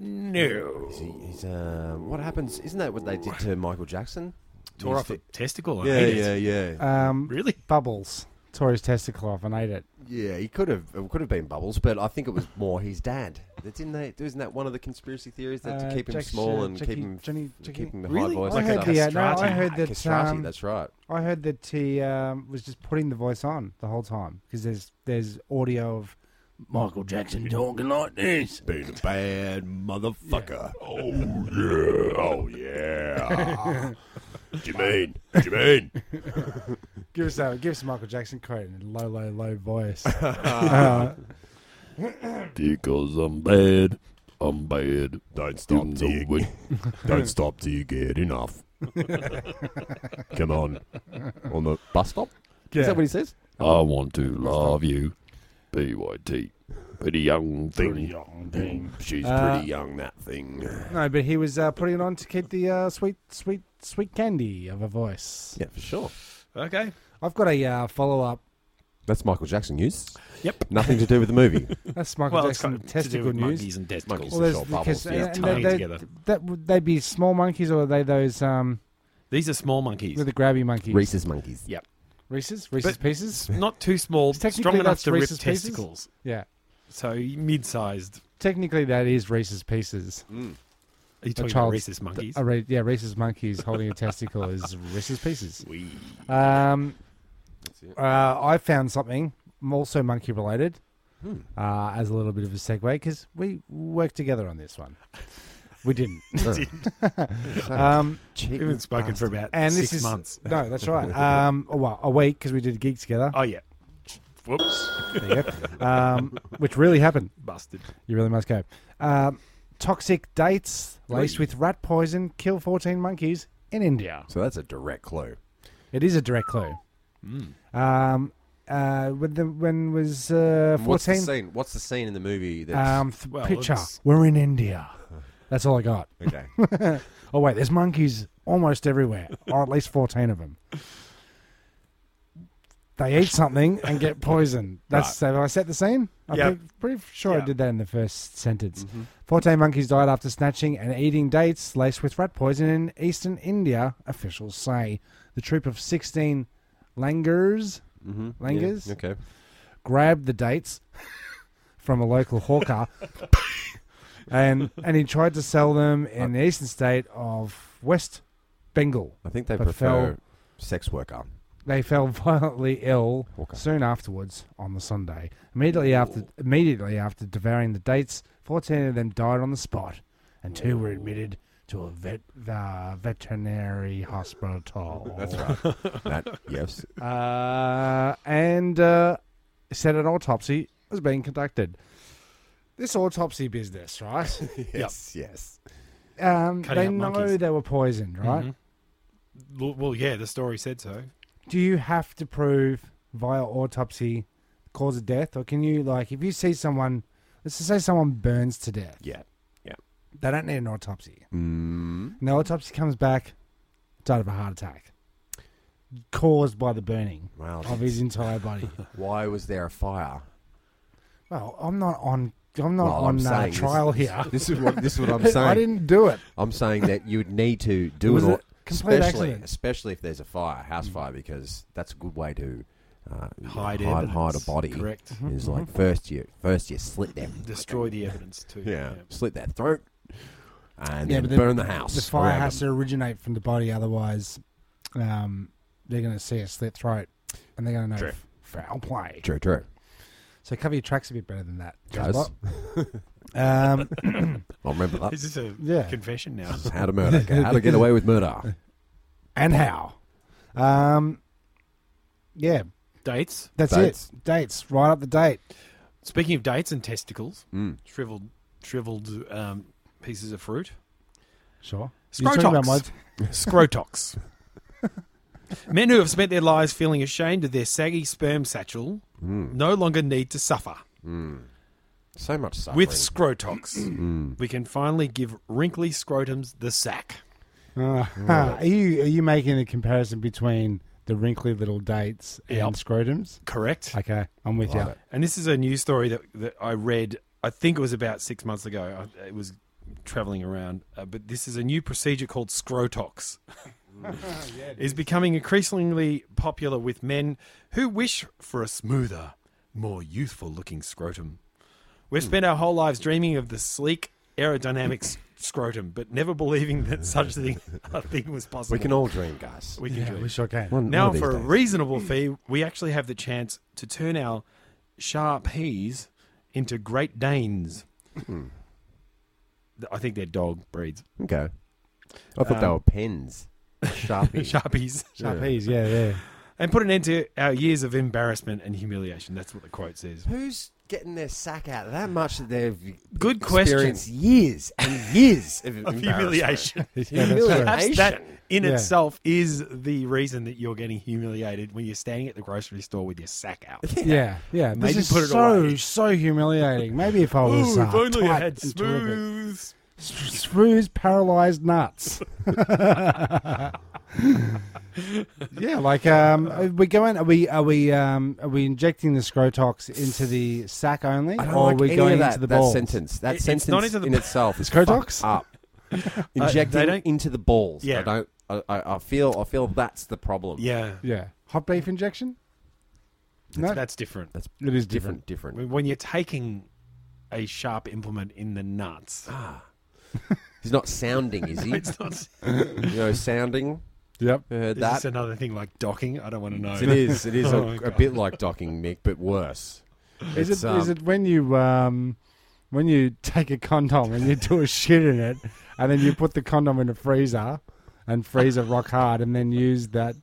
Speaker 5: No,
Speaker 3: Is he- he's, uh, what happens? Isn't that what they did to Michael Jackson?
Speaker 5: tore
Speaker 3: He's
Speaker 5: off a
Speaker 3: the-
Speaker 5: testicle. and
Speaker 3: Yeah,
Speaker 5: ate it.
Speaker 3: yeah, yeah,
Speaker 4: Um,
Speaker 5: Really?
Speaker 4: Bubbles tore his testicle off and ate it.
Speaker 3: yeah. He could have, it could have been Bubbles, but I think it was more his dad. That's in there. Isn't that one of the conspiracy theories that
Speaker 4: Uh,
Speaker 3: to keep him
Speaker 4: Jack-
Speaker 3: small
Speaker 4: uh,
Speaker 3: and
Speaker 4: Jackie-
Speaker 3: keep him,
Speaker 4: Johnny- Jackie-
Speaker 3: keep him
Speaker 5: Really?
Speaker 3: high voice?
Speaker 5: I
Speaker 3: like
Speaker 5: heard
Speaker 3: a
Speaker 5: the, uh,
Speaker 4: no, I
Speaker 5: castrati.
Speaker 4: heard that,
Speaker 3: castrati,
Speaker 4: um,
Speaker 3: that's right.
Speaker 4: I heard that he um, was just putting the voice on the whole time because there's there's audio of Michael Jackson talking like this.
Speaker 3: Being a bad motherfucker. Oh yeah. Oh yeah. Jermaine. Jermaine.
Speaker 4: Give us that. Give us Michael Jackson credit in a low, low, low voice.
Speaker 9: Because I'm bad. I'm bad.
Speaker 10: Don't stop till you, don't stop till you get enough. Come on, on the
Speaker 3: Bus stop. Is that what he says? Oh.
Speaker 9: I want to love you. BYT. Pretty young
Speaker 10: thing.
Speaker 9: thing.
Speaker 10: She's
Speaker 3: Uh,
Speaker 10: pretty young, that thing.
Speaker 4: no, but he was uh, putting it on to keep the uh, sweet, sweet, sweet candy of a voice.
Speaker 3: Yeah, for sure.
Speaker 5: Okay.
Speaker 4: I've got a uh, follow up.
Speaker 3: That's Michael Jackson news.
Speaker 5: Yep.
Speaker 3: Nothing to do with the movie.
Speaker 4: That's Michael
Speaker 5: Well, it's
Speaker 4: Jackson
Speaker 5: got to do
Speaker 4: testicle
Speaker 5: with
Speaker 4: news.
Speaker 5: monkeys and testicles.
Speaker 3: Monkeys. Sure, bubbles, yeah.
Speaker 4: and
Speaker 5: Tying
Speaker 4: they-
Speaker 5: together.
Speaker 4: that would they be small monkeys or are they those um
Speaker 5: These are small monkeys.
Speaker 4: with the grabby monkeys?
Speaker 3: Reese's monkeys.
Speaker 5: Yep.
Speaker 4: Reese's, Reese's
Speaker 5: But-
Speaker 4: pieces.
Speaker 5: Not too small.
Speaker 4: Technically,
Speaker 5: Strong enough
Speaker 4: that's
Speaker 5: to rip
Speaker 4: Reese's Pieces.
Speaker 5: testicles.
Speaker 4: Yeah,
Speaker 5: So mid-sized.
Speaker 4: technically that is Reese's pieces.
Speaker 5: Are you
Speaker 4: a
Speaker 5: talking about
Speaker 4: child's-
Speaker 5: rhesus monkeys?
Speaker 4: A re- yeah, rhesus monkeys holding a testicle is rhesus pieces.
Speaker 5: Wee.
Speaker 4: Um, uh, I found something also monkey related
Speaker 5: Hmm.
Speaker 4: uh, as a little bit of a segue because we worked together on this one. We didn't. um,
Speaker 5: We haven't spoken for about
Speaker 4: and
Speaker 5: six
Speaker 4: this is,
Speaker 5: months.
Speaker 4: No, that's right. Um, oh, well, a week because we did a gig together.
Speaker 5: Oh yeah. Whoops.
Speaker 4: There you go. Um, which really happened.
Speaker 5: Busted.
Speaker 4: You really must go. Um, toxic dates laced
Speaker 3: Wait.
Speaker 4: with rat poison kill 14 monkeys in India.
Speaker 3: So that's a direct clue.
Speaker 4: It is a direct clue. Um, uh, when, the, when was uh,
Speaker 3: What's the
Speaker 4: 14?
Speaker 3: scene? What's the scene in the movie? That's...
Speaker 4: um, th-
Speaker 5: Well,
Speaker 4: picture.
Speaker 5: it's-
Speaker 4: We're in India. That's all I got.
Speaker 3: okay.
Speaker 4: Oh, wait, there's monkeys almost everywhere, or at least 14 of them. They eat something and get poisoned. That's have I set the scene? I'm
Speaker 5: Yep.
Speaker 4: pretty, pretty sure I
Speaker 5: Yep. Mm-hmm.
Speaker 4: did that in the first sentence. 14 monkeys died after snatching and eating dates laced with rat poison in eastern India, officials say. The troop of 16 langurs
Speaker 3: Mm-hmm.
Speaker 4: Langers?
Speaker 3: okay.
Speaker 4: grabbed the dates from a local hawker and and he tried to sell them in the eastern state of West Bengal.
Speaker 3: I think they
Speaker 4: But
Speaker 3: prefer sex worker.
Speaker 4: They fell violently ill
Speaker 3: Hawker.
Speaker 4: soon afterwards on the Sunday. Immediately after immediately after devouring the dates, 14 of them died on the spot and two were admitted to a vet, uh, veterinary hospital.
Speaker 3: That's right. that, yes.
Speaker 4: uh, and uh, said an autopsy was being conducted. This autopsy business, right?
Speaker 3: Yes, yes.
Speaker 4: um,
Speaker 5: Cutting
Speaker 4: they
Speaker 5: up
Speaker 4: know
Speaker 5: monkeys.
Speaker 4: they were poisoned, right?
Speaker 5: Mhm. Well, well, yeah, the story said so.
Speaker 3: Mm-hmm.
Speaker 4: Do you have to prove via autopsy cause of death, or can you like if you see someone, let's just say someone burns to death,
Speaker 3: Yeah.
Speaker 4: they don't need an autopsy.
Speaker 3: Mm.
Speaker 4: And the autopsy comes back, died of a heart attack, caused by the burning
Speaker 3: Wow.
Speaker 4: of his entire body.
Speaker 3: Why was there a fire?
Speaker 4: well, I'm not on. I'm not
Speaker 3: Well, I'm
Speaker 4: on
Speaker 3: saying
Speaker 4: uh,
Speaker 3: this-
Speaker 4: trial here.
Speaker 3: This is what this is what I'm
Speaker 4: I
Speaker 3: saying.
Speaker 4: didn't do it.
Speaker 3: I'm saying that you would need to
Speaker 4: It
Speaker 3: do
Speaker 4: was
Speaker 3: it,
Speaker 4: a
Speaker 3: all,
Speaker 4: complete
Speaker 3: especially
Speaker 4: accident.
Speaker 3: especially if there's a fire, house fire, because that's a good way to uh,
Speaker 5: Hide
Speaker 3: hide,
Speaker 5: evidence.
Speaker 3: hide a body.
Speaker 5: Correct.
Speaker 4: Mm-hmm,
Speaker 3: Is like first you first you slit them,
Speaker 5: Destroy the evidence too.
Speaker 3: yeah, slit their throat, and
Speaker 4: Yeah,
Speaker 3: then
Speaker 4: but the-
Speaker 3: burn the house.
Speaker 4: The fire
Speaker 3: around
Speaker 4: has
Speaker 3: them.
Speaker 4: to originate from the body, otherwise, um, they're going to see a slit throat, and they're going to know f- foul play.
Speaker 3: True, true.
Speaker 4: So cover your tracks a bit better than that.
Speaker 3: Does.
Speaker 4: What? um,
Speaker 3: I'll remember that.
Speaker 5: Is this a
Speaker 4: Yeah.
Speaker 5: confession now?
Speaker 3: This is how to murder. okay, How to get away with murder.
Speaker 4: and how? Um, yeah,
Speaker 5: Dates.
Speaker 4: that's
Speaker 3: Dates.
Speaker 4: it. Dates. Right up the date.
Speaker 5: Speaking of dates and testicles,
Speaker 3: Mm.
Speaker 5: shriveled, shriveled um, pieces of fruit.
Speaker 4: Sure.
Speaker 5: Scrotox. Scrotox. Men who have spent their lives feeling ashamed of their saggy sperm satchel no longer need to suffer.
Speaker 3: So much suffering.
Speaker 5: With
Speaker 3: Mm.
Speaker 5: Scrotox, we can finally give wrinkly scrotums the sack.
Speaker 4: are you are you making a comparison between the wrinkly little dates and
Speaker 5: Yep.
Speaker 4: scrotums?
Speaker 5: Correct?
Speaker 4: Okay, I'm with you.
Speaker 5: And this is a news story that, that I read, I think it was about six months ago. I, it was traveling around. Uh, but this is a new procedure called Scrotox. is becoming increasingly popular with men who wish for a smoother, more youthful looking scrotum.
Speaker 3: Hmm.
Speaker 5: We've spent our whole lives dreaming of the sleek, aerodynamic s- scrotum, but never believing that such thing, a thing was possible.
Speaker 3: we can all dream, guys.
Speaker 5: We can
Speaker 4: Yeah,
Speaker 5: dream.
Speaker 4: we sure can.
Speaker 3: One- one
Speaker 5: Now,
Speaker 3: of these
Speaker 5: for a
Speaker 3: days.
Speaker 5: reasonable fee, we actually have the chance to turn our Sharpies into Great Danes.
Speaker 4: Hmm.
Speaker 5: Th- I think they're dog breeds.
Speaker 3: Okay. I thought they
Speaker 5: Um,
Speaker 3: were pens. Sharpie.
Speaker 5: Sharpies.
Speaker 4: Sharpies, yeah, yeah.
Speaker 5: And put an end to our years of embarrassment and humiliation. That's what the quote says.
Speaker 3: Who's getting their sack out that much that they've
Speaker 5: Good question.
Speaker 3: experienced years and years of,
Speaker 5: Of
Speaker 3: embarrassment?
Speaker 5: humiliation.
Speaker 4: Yeah, that's
Speaker 3: Humiliation.
Speaker 4: right.
Speaker 5: Perhaps that in
Speaker 4: Yeah.
Speaker 5: itself is the reason that you're getting humiliated when you're standing at the grocery store with your sack out.
Speaker 4: Yeah, yeah.
Speaker 5: Maybe
Speaker 4: this is
Speaker 5: put it
Speaker 4: so
Speaker 5: away.
Speaker 4: so humiliating. Maybe if I was uh, tight and terrific. S- smooth paralyzed nuts. yeah, like um, are we going? Are we are we um, are we injecting the scrotox into the sack only,
Speaker 3: I don't
Speaker 4: or
Speaker 3: like
Speaker 4: are we
Speaker 3: any
Speaker 4: going
Speaker 3: of that,
Speaker 4: into the
Speaker 3: that
Speaker 4: balls?
Speaker 3: sentence. That
Speaker 5: It- it's
Speaker 3: sentence
Speaker 5: not into the- Uh,
Speaker 3: in itself is
Speaker 4: Scrotox?
Speaker 3: fucked up. Injecting
Speaker 5: don't-
Speaker 3: into the balls.
Speaker 5: Yeah.
Speaker 3: I don't. I, I I feel. I feel that's the problem.
Speaker 5: Yeah,
Speaker 4: Yeah, hot beef injection. No,
Speaker 5: that's different.
Speaker 3: That's
Speaker 4: it is different.
Speaker 3: different. Different. Ah.
Speaker 5: When when you're taking a sharp implement in the nuts,
Speaker 3: He's not sounding, is he?
Speaker 5: It's not-
Speaker 3: You know, sounding.
Speaker 5: Yep.
Speaker 3: You heard
Speaker 5: Is
Speaker 3: that?
Speaker 5: this another thing like docking? I don't want to know.
Speaker 3: It is. It is
Speaker 5: Oh,
Speaker 3: a,
Speaker 5: my
Speaker 3: a
Speaker 5: God.
Speaker 3: bit like docking, Mick, but worse.
Speaker 4: Is
Speaker 3: It's,
Speaker 4: it
Speaker 3: um,
Speaker 4: is it when you um, when you take a condom and you do a shit in it, and then you put the condom in a freezer, and freeze it rock hard, and then use that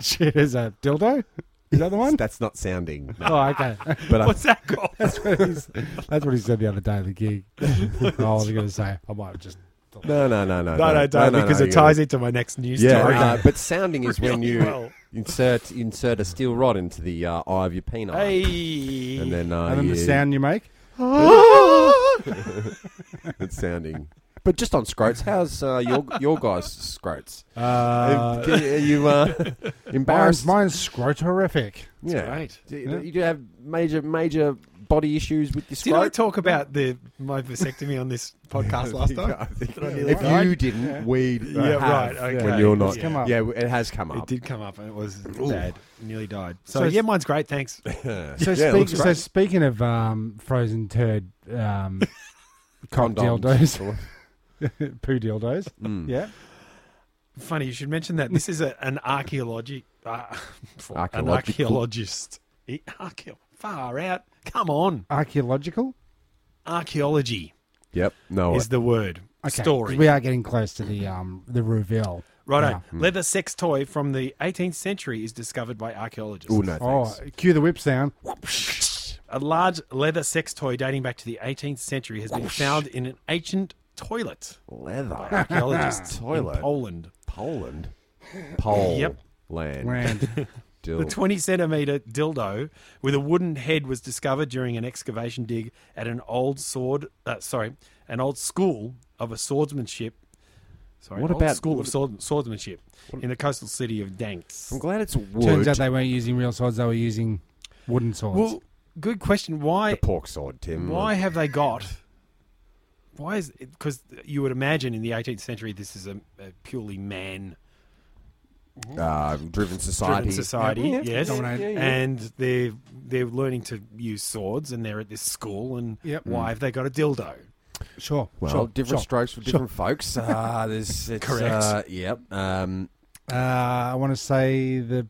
Speaker 4: shit as a dildo? Is that the one?
Speaker 3: That's not sounding. no.
Speaker 4: Oh, okay.
Speaker 3: But I,
Speaker 5: What's that called?
Speaker 4: That's what, he's, that's what he said the other day at the gig. Oh, I was going to say I might just
Speaker 3: no, no, no, no,
Speaker 5: No, no, don't, because
Speaker 3: no,
Speaker 5: it
Speaker 3: you-
Speaker 5: ties into my next news
Speaker 3: Yeah,
Speaker 5: story.
Speaker 3: uh, but sounding is when
Speaker 5: Really
Speaker 3: you
Speaker 5: well.
Speaker 3: insert insert a steel rod into the uh, eye of your peanut,
Speaker 5: Hey.
Speaker 3: and then uh,
Speaker 4: and then
Speaker 3: you,
Speaker 4: the sound you make.
Speaker 3: it's sounding. But just on scrotes, how's uh, your your guys' scrotes?
Speaker 4: Uh,
Speaker 3: Are you uh,
Speaker 4: mine's,
Speaker 3: embarrassed?
Speaker 4: mine's scrotorific.
Speaker 3: yeah,
Speaker 5: great.
Speaker 3: Do,
Speaker 4: Yeah.
Speaker 3: you do have major major body issues with your
Speaker 5: Did I
Speaker 3: scrote?
Speaker 5: talk about the my vasectomy on this podcast last time? Did I do
Speaker 3: if
Speaker 5: that?
Speaker 3: you didn't, we
Speaker 5: Yeah, right, okay.
Speaker 3: When you're not,
Speaker 5: It's
Speaker 4: come up.
Speaker 3: yeah, it has come
Speaker 5: It
Speaker 3: up.
Speaker 5: did come up, and it was bad. Nearly died.
Speaker 4: So
Speaker 5: So,
Speaker 4: it's-
Speaker 5: yeah, mine's great. Thanks.
Speaker 4: So,
Speaker 3: Yeah, it
Speaker 4: speak,
Speaker 3: looks
Speaker 4: so
Speaker 3: great.
Speaker 4: speaking of um, frozen turd, um, cock
Speaker 3: Condoms.
Speaker 4: dildos, poo dildos.
Speaker 3: Mm.
Speaker 4: Yeah.
Speaker 5: Funny you should mention that. This is a, an archaeologic, uh, for- an
Speaker 3: Archaeological.
Speaker 5: archaeologist. He- archae- far out. Come on,
Speaker 4: Archaeological?
Speaker 5: archaeology
Speaker 3: Yep, no,
Speaker 5: is the word.
Speaker 4: Okay, 'cause
Speaker 5: Story.
Speaker 4: We are getting close to the um the reveal.
Speaker 5: Righto.
Speaker 4: Yeah. Hmm.
Speaker 5: Leather sex toy from the 18th century is discovered by archaeologists.
Speaker 3: oh no,
Speaker 4: Oh,
Speaker 3: thanks.
Speaker 4: cue the whip sound.
Speaker 5: A large leather sex toy dating back to the 18th century has been found in an ancient toilet
Speaker 3: leather,
Speaker 5: archaeologists
Speaker 3: Toilet.
Speaker 5: in Poland.
Speaker 3: Poland, Pole,
Speaker 5: Yep.
Speaker 3: land,
Speaker 4: Land.
Speaker 3: Dill.
Speaker 5: The 20 centimeter dildo with a wooden head was discovered during an excavation dig at an old sword, uh, sorry, an old school of a swordsmanship. Sorry,
Speaker 3: What
Speaker 5: an old
Speaker 3: about-
Speaker 5: school of sword, swordsmanship in the coastal city of Danks?
Speaker 3: I'm glad it's wood.
Speaker 4: Turns out they weren't using real swords; they were using wooden swords.
Speaker 5: Well, good question. Why
Speaker 3: the pork sword, Tim.
Speaker 5: why have they got? Why is it? Because you would imagine in the 18th century this is a, a purely man
Speaker 3: uh, driven society.
Speaker 5: driven society,
Speaker 3: Yeah,
Speaker 5: yes,
Speaker 4: dominated. Yeah, yeah.
Speaker 5: and they're they're learning to use swords, and they're at this school, and
Speaker 4: Yep. Mm.
Speaker 5: why have they got a dildo?
Speaker 4: sure.
Speaker 3: Well,
Speaker 4: sure,
Speaker 3: different strokes for different folks. Uh, there's it's,
Speaker 5: Correct.
Speaker 3: Uh, yep. Um,
Speaker 4: sure. Uh, I want to say the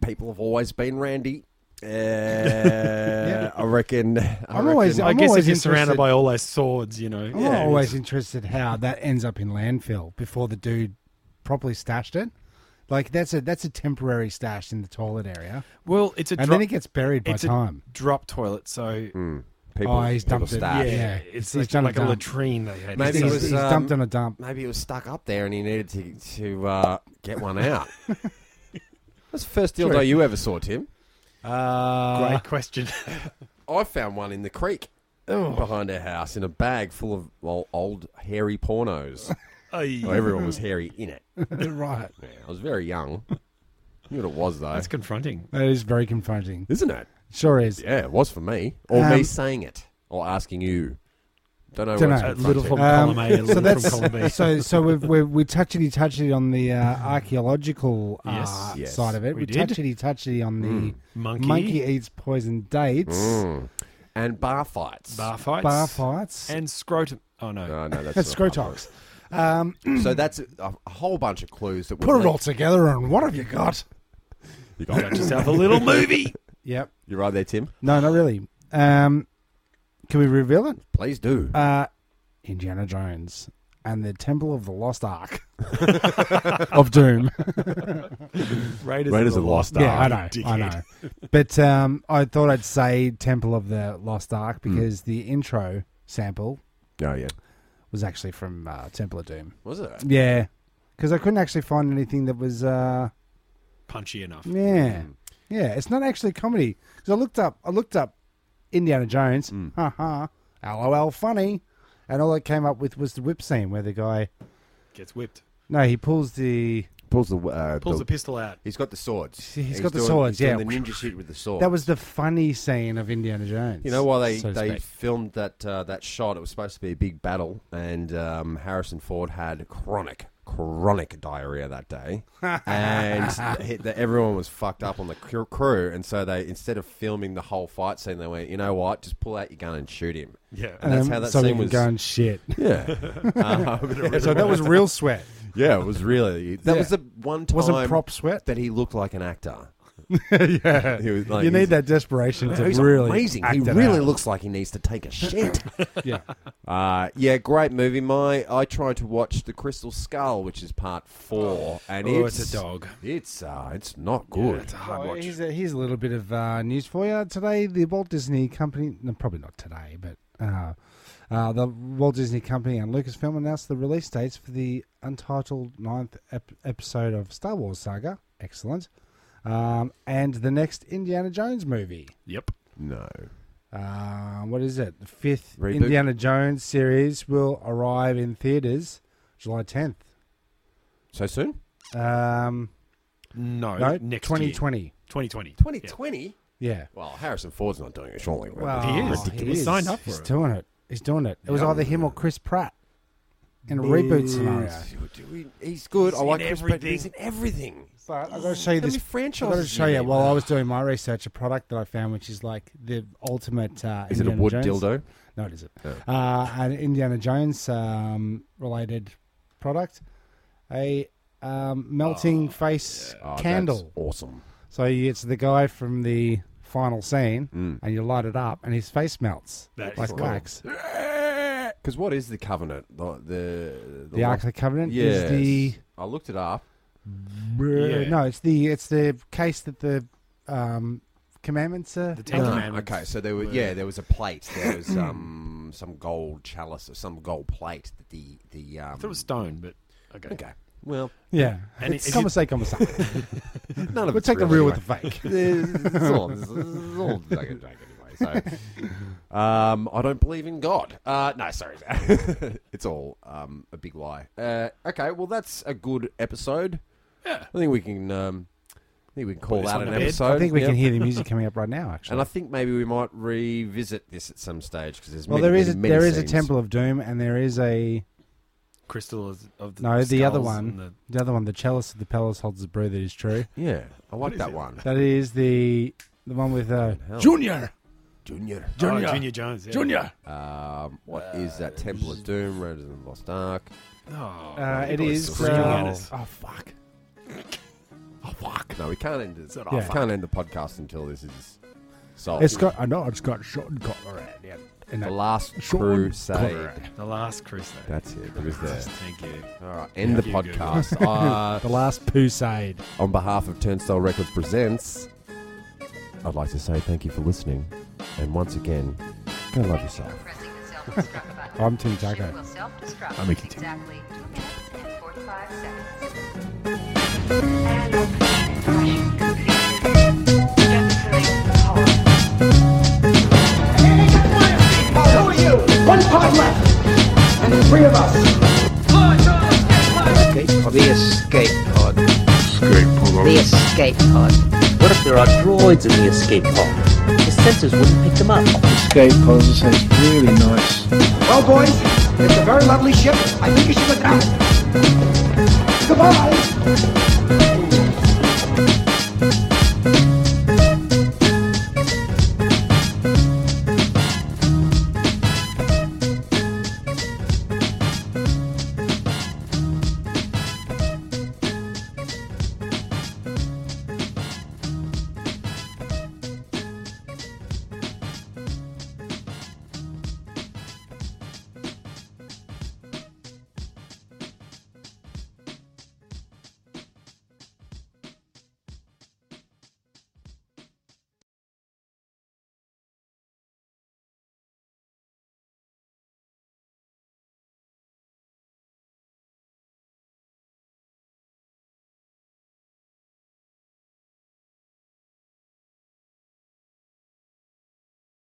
Speaker 3: people have always been randy. Uh, I reckon. I
Speaker 4: I'm always-
Speaker 5: I
Speaker 3: reckon-
Speaker 4: I'm
Speaker 5: guess if you're
Speaker 4: interested-
Speaker 5: surrounded by all those swords, you know,
Speaker 4: I'm always interested how that ends up in landfill before the dude properly stashed it. Like that's a that's a temporary stash in the toilet area,
Speaker 5: Well, it's a
Speaker 4: and
Speaker 5: drop,
Speaker 4: then it gets buried by
Speaker 5: it's a
Speaker 4: time.
Speaker 5: drop toilet, so
Speaker 3: people,
Speaker 4: oh, he's
Speaker 3: people
Speaker 4: dumped it.
Speaker 5: yeah,
Speaker 3: stash.
Speaker 4: Yeah,
Speaker 5: it's
Speaker 4: he's
Speaker 5: like,
Speaker 4: done a
Speaker 5: like a
Speaker 4: dump.
Speaker 5: latrine they had.
Speaker 3: Maybe
Speaker 4: He's,
Speaker 3: it was,
Speaker 4: he's
Speaker 3: um,
Speaker 4: dumped in a dump.
Speaker 3: Maybe it was stuck up there, and he needed to to uh, get one out. That's the first dildo
Speaker 4: True.
Speaker 3: you ever saw, Tim.
Speaker 4: Uh,
Speaker 5: great question.
Speaker 3: I found one in the creek behind our house in a bag full of well, old hairy pornos.
Speaker 5: Ay,
Speaker 4: Oh,
Speaker 3: Well, everyone was hairy in it.
Speaker 4: right.
Speaker 3: Yeah, I was very young. knew what it was though,
Speaker 5: That's confronting.
Speaker 4: That is very confronting.
Speaker 3: isn't it?
Speaker 4: Sure is.
Speaker 3: Yeah, it was for me, or me
Speaker 4: Um,
Speaker 3: saying it, or asking you. Don't know.
Speaker 4: Dunno.
Speaker 3: what's
Speaker 4: A
Speaker 5: A
Speaker 3: confronting.
Speaker 5: little from
Speaker 4: Um,
Speaker 5: column A, a little
Speaker 4: so that's
Speaker 5: from column B.
Speaker 4: so so we've, we've we touchy touchy on the uh, archaeological uh,
Speaker 5: Yes.
Speaker 3: Yes.
Speaker 4: side of it.
Speaker 5: We
Speaker 4: We,
Speaker 5: did.
Speaker 4: touchy touchy on the
Speaker 5: Monkey,
Speaker 4: monkey. eats poison dates,
Speaker 3: Mm. And bar fights.
Speaker 5: bar fights,
Speaker 4: bar fights, and
Speaker 5: and scrotum. Oh no,
Speaker 3: Oh, no, that's
Speaker 4: that's
Speaker 3: not
Speaker 4: scrotox. Um,
Speaker 3: right. So that's a, a whole bunch of clues that
Speaker 4: put
Speaker 3: we've
Speaker 4: it all together, and what have you got?
Speaker 3: You
Speaker 5: got yourself a little movie.
Speaker 4: Yep.
Speaker 3: You're right there, Tim.
Speaker 4: No, not really. Um, can we reveal it?
Speaker 3: Please do.
Speaker 4: Uh, Indiana Jones and the Temple of the Lost Ark of Doom.
Speaker 5: Raiders,
Speaker 10: Raiders
Speaker 5: of
Speaker 10: of
Speaker 5: the
Speaker 10: the Lost
Speaker 4: Yeah, I
Speaker 10: Ark.
Speaker 4: know, I know. But um, I thought I'd say Temple of the Lost Ark
Speaker 3: Hmm.
Speaker 4: because the intro sample
Speaker 3: Oh yeah.
Speaker 4: was actually from uh, Temple of Doom.
Speaker 3: Was it?
Speaker 4: Yeah, because I couldn't actually find anything that was. Uh,
Speaker 5: punchy enough.
Speaker 4: yeah,
Speaker 3: Hmm.
Speaker 4: yeah. It's not actually comedy because I looked up. I looked up Indiana Jones.
Speaker 3: Hmm.
Speaker 4: Ha ha. LOL, funny. And all I came up with was the whip scene where the guy.
Speaker 5: Gets whipped,
Speaker 4: No, he pulls the.
Speaker 3: Pulls the uh,
Speaker 5: pulls the pistol out.
Speaker 3: He's got the swords.
Speaker 4: He's got the
Speaker 3: doing-
Speaker 4: swords,
Speaker 3: he's doing
Speaker 4: yeah.
Speaker 3: the ninja shit with the sword.
Speaker 4: That was the funny scene of Indiana Jones.
Speaker 3: You know why they,
Speaker 4: so to
Speaker 3: they
Speaker 4: speak.
Speaker 3: filmed that uh, that shot? It was supposed to be a big battle, and um, Harrison Ford had chronic chronic diarrhea that day, and he- the, everyone was fucked up on the cr- crew. And so they, instead of filming the whole fight scene, they went, you know what, just pull out your gun and shoot him.
Speaker 5: Yeah.
Speaker 3: and that's
Speaker 4: Um,
Speaker 3: how that
Speaker 4: so we
Speaker 3: scene
Speaker 4: can
Speaker 3: was.
Speaker 4: go and shit.
Speaker 3: Yeah, Uh, Um,
Speaker 4: so that was real sweat.
Speaker 3: yeah, it was really that
Speaker 4: Yeah.
Speaker 3: was the one time
Speaker 4: Wasn't prop sweat?
Speaker 3: that he looked like an actor.
Speaker 4: yeah,
Speaker 3: He was like-
Speaker 4: you need
Speaker 3: he's-
Speaker 4: that desperation to
Speaker 3: He's
Speaker 4: really
Speaker 3: amazing.
Speaker 4: act
Speaker 3: He
Speaker 4: it
Speaker 3: really
Speaker 4: out.
Speaker 3: looks like he needs to take a shit.
Speaker 4: Yeah.
Speaker 3: Uh, yeah, great movie. My I tried to watch The Crystal Skull, which is part four, and
Speaker 5: Oh,
Speaker 3: it's,
Speaker 5: it's a dog.
Speaker 3: It's uh, it's not good.
Speaker 5: It's a hard
Speaker 4: Oh,
Speaker 5: watch.
Speaker 4: Here's a, here's a little bit of uh, news for you today. The Walt Disney Company, no, probably not today, but uh, uh, the Walt Disney Company and Lucasfilm announced the release dates for the untitled ninth ep- episode of Star Wars Saga. Excellent. Um, and the next Indiana Jones movie.
Speaker 5: Yep.
Speaker 3: No,
Speaker 4: Um, what is it? The fifth
Speaker 3: Reboot.
Speaker 4: Indiana Jones series will arrive in theaters July 10th.
Speaker 3: so soon.
Speaker 4: Um,
Speaker 3: Oh,
Speaker 5: No,
Speaker 4: no,
Speaker 5: next
Speaker 4: 2020.
Speaker 5: 2020.
Speaker 3: 2020.
Speaker 4: Yeah.
Speaker 3: Well, Harrison Ford's not doing it, surely. right?
Speaker 4: Well,
Speaker 5: He is.
Speaker 4: He
Speaker 5: He
Speaker 4: is.
Speaker 5: signed up for
Speaker 4: He's
Speaker 5: it.
Speaker 4: doing it. He's doing it. It was either him or Chris Pratt in a reboot scenario.
Speaker 3: Do we- he's good.
Speaker 5: He's
Speaker 3: I like
Speaker 5: in
Speaker 3: Chris Pratt.
Speaker 5: everything.
Speaker 3: He's in everything.
Speaker 4: But I've got to show you
Speaker 3: How
Speaker 4: this.
Speaker 3: many franchises
Speaker 4: I've got to show
Speaker 3: do you
Speaker 4: you.
Speaker 3: need?
Speaker 4: While I was doing my research, a product that I found, which is like the ultimate. Uh,
Speaker 3: Is it a
Speaker 4: Indiana
Speaker 3: wood
Speaker 4: Jones-
Speaker 3: dildo?
Speaker 4: No, it isn't.
Speaker 3: No.
Speaker 4: Uh, an Indiana Jones um, related product, a um, melting face
Speaker 3: Oh, that's
Speaker 4: candle.
Speaker 3: awesome.
Speaker 4: So you, it's the guy from the final scene,
Speaker 3: Mm.
Speaker 4: and you light it up, and his face melts
Speaker 5: That's
Speaker 4: like
Speaker 5: cool.
Speaker 4: wax.
Speaker 3: Because what is the covenant? The the,
Speaker 4: The Ark of the Covenant
Speaker 3: Yes.
Speaker 4: is the
Speaker 3: I looked it up.
Speaker 5: Yeah.
Speaker 4: no, it's the it's the case that the um, commandments are.
Speaker 5: The Ten
Speaker 3: Ah,
Speaker 5: Commandments.
Speaker 3: okay, so there were yeah, there was a plate. There was um some gold chalice or some gold plate that the the um.
Speaker 5: I thought it was stone, but okay.
Speaker 3: okay. Well,
Speaker 4: yeah,
Speaker 5: And
Speaker 4: it's
Speaker 5: if you-
Speaker 4: conversay, conversay.
Speaker 3: none of
Speaker 4: we'll
Speaker 3: it's
Speaker 4: take the
Speaker 3: really
Speaker 4: real
Speaker 3: anyway.
Speaker 4: with the fake.
Speaker 3: It's all- it's all like a joke anyway. So, um, I don't believe in God. Uh, no, sorry, it's all um, a big lie. Uh, okay, well that's a good episode. Yeah, I think we can. Um, I think we can call
Speaker 5: this
Speaker 3: that
Speaker 5: on
Speaker 3: an
Speaker 5: the bed.
Speaker 3: episode.
Speaker 4: I think we
Speaker 3: Yep.
Speaker 4: can hear the music coming up right now. Actually,
Speaker 3: And I think maybe we might revisit this at some stage because there's
Speaker 4: well,
Speaker 3: many,
Speaker 4: there is
Speaker 3: many,
Speaker 4: a,
Speaker 3: many
Speaker 4: there is a
Speaker 3: scenes.
Speaker 4: Temple of Doom, and there is a
Speaker 5: Crystal is of the
Speaker 4: no the other
Speaker 5: skulls
Speaker 4: one,
Speaker 5: and the- oh,
Speaker 4: the other one, the chalice of the palace holds the brew that is true.
Speaker 3: Yeah, I like
Speaker 5: is
Speaker 3: that
Speaker 5: it?
Speaker 3: one.
Speaker 4: That is the the one with uh,
Speaker 3: Hell.
Speaker 4: Junior.
Speaker 3: Junior.
Speaker 5: Oh, Junior Jones. Yeah.
Speaker 3: Um, what is that? Temple of Doom, Raiders of the Lost Ark.
Speaker 5: Oh,
Speaker 4: Uh, it
Speaker 3: God,
Speaker 4: is.
Speaker 5: screaming at
Speaker 4: Uh,
Speaker 5: us.
Speaker 4: oh fuck!
Speaker 3: Oh fuck! No, we can't end it.
Speaker 4: Yeah.
Speaker 3: We can't end the podcast until this is solved.
Speaker 4: It's got. I know it's got Sean Cutler in it. yeah. In
Speaker 3: the
Speaker 4: it.
Speaker 3: last
Speaker 4: Sean
Speaker 3: crusade.
Speaker 5: the last crusade.
Speaker 3: That's it. It was there.
Speaker 5: Thank you.
Speaker 3: All right, end the
Speaker 5: Yeah, you go.
Speaker 3: podcast. uh,
Speaker 4: The last Pousade.
Speaker 3: on behalf of Turnstile Records Presents, I'd like to say thank you for listening, and once again, go love yourself.
Speaker 4: I'm Tim Taco.
Speaker 9: I'm Mickey T.
Speaker 11: Exactly two minutes and 45 seconds.
Speaker 7: Now, who are you? One pod left, and there's three of us.
Speaker 8: The escape pod. The escape pod. What if there are droids in the escape pod? The sensors wouldn't pick them up.
Speaker 7: Escape pods sounds really nice. Well, boys, it's a very lovely ship. I think you should go down. Goodbye.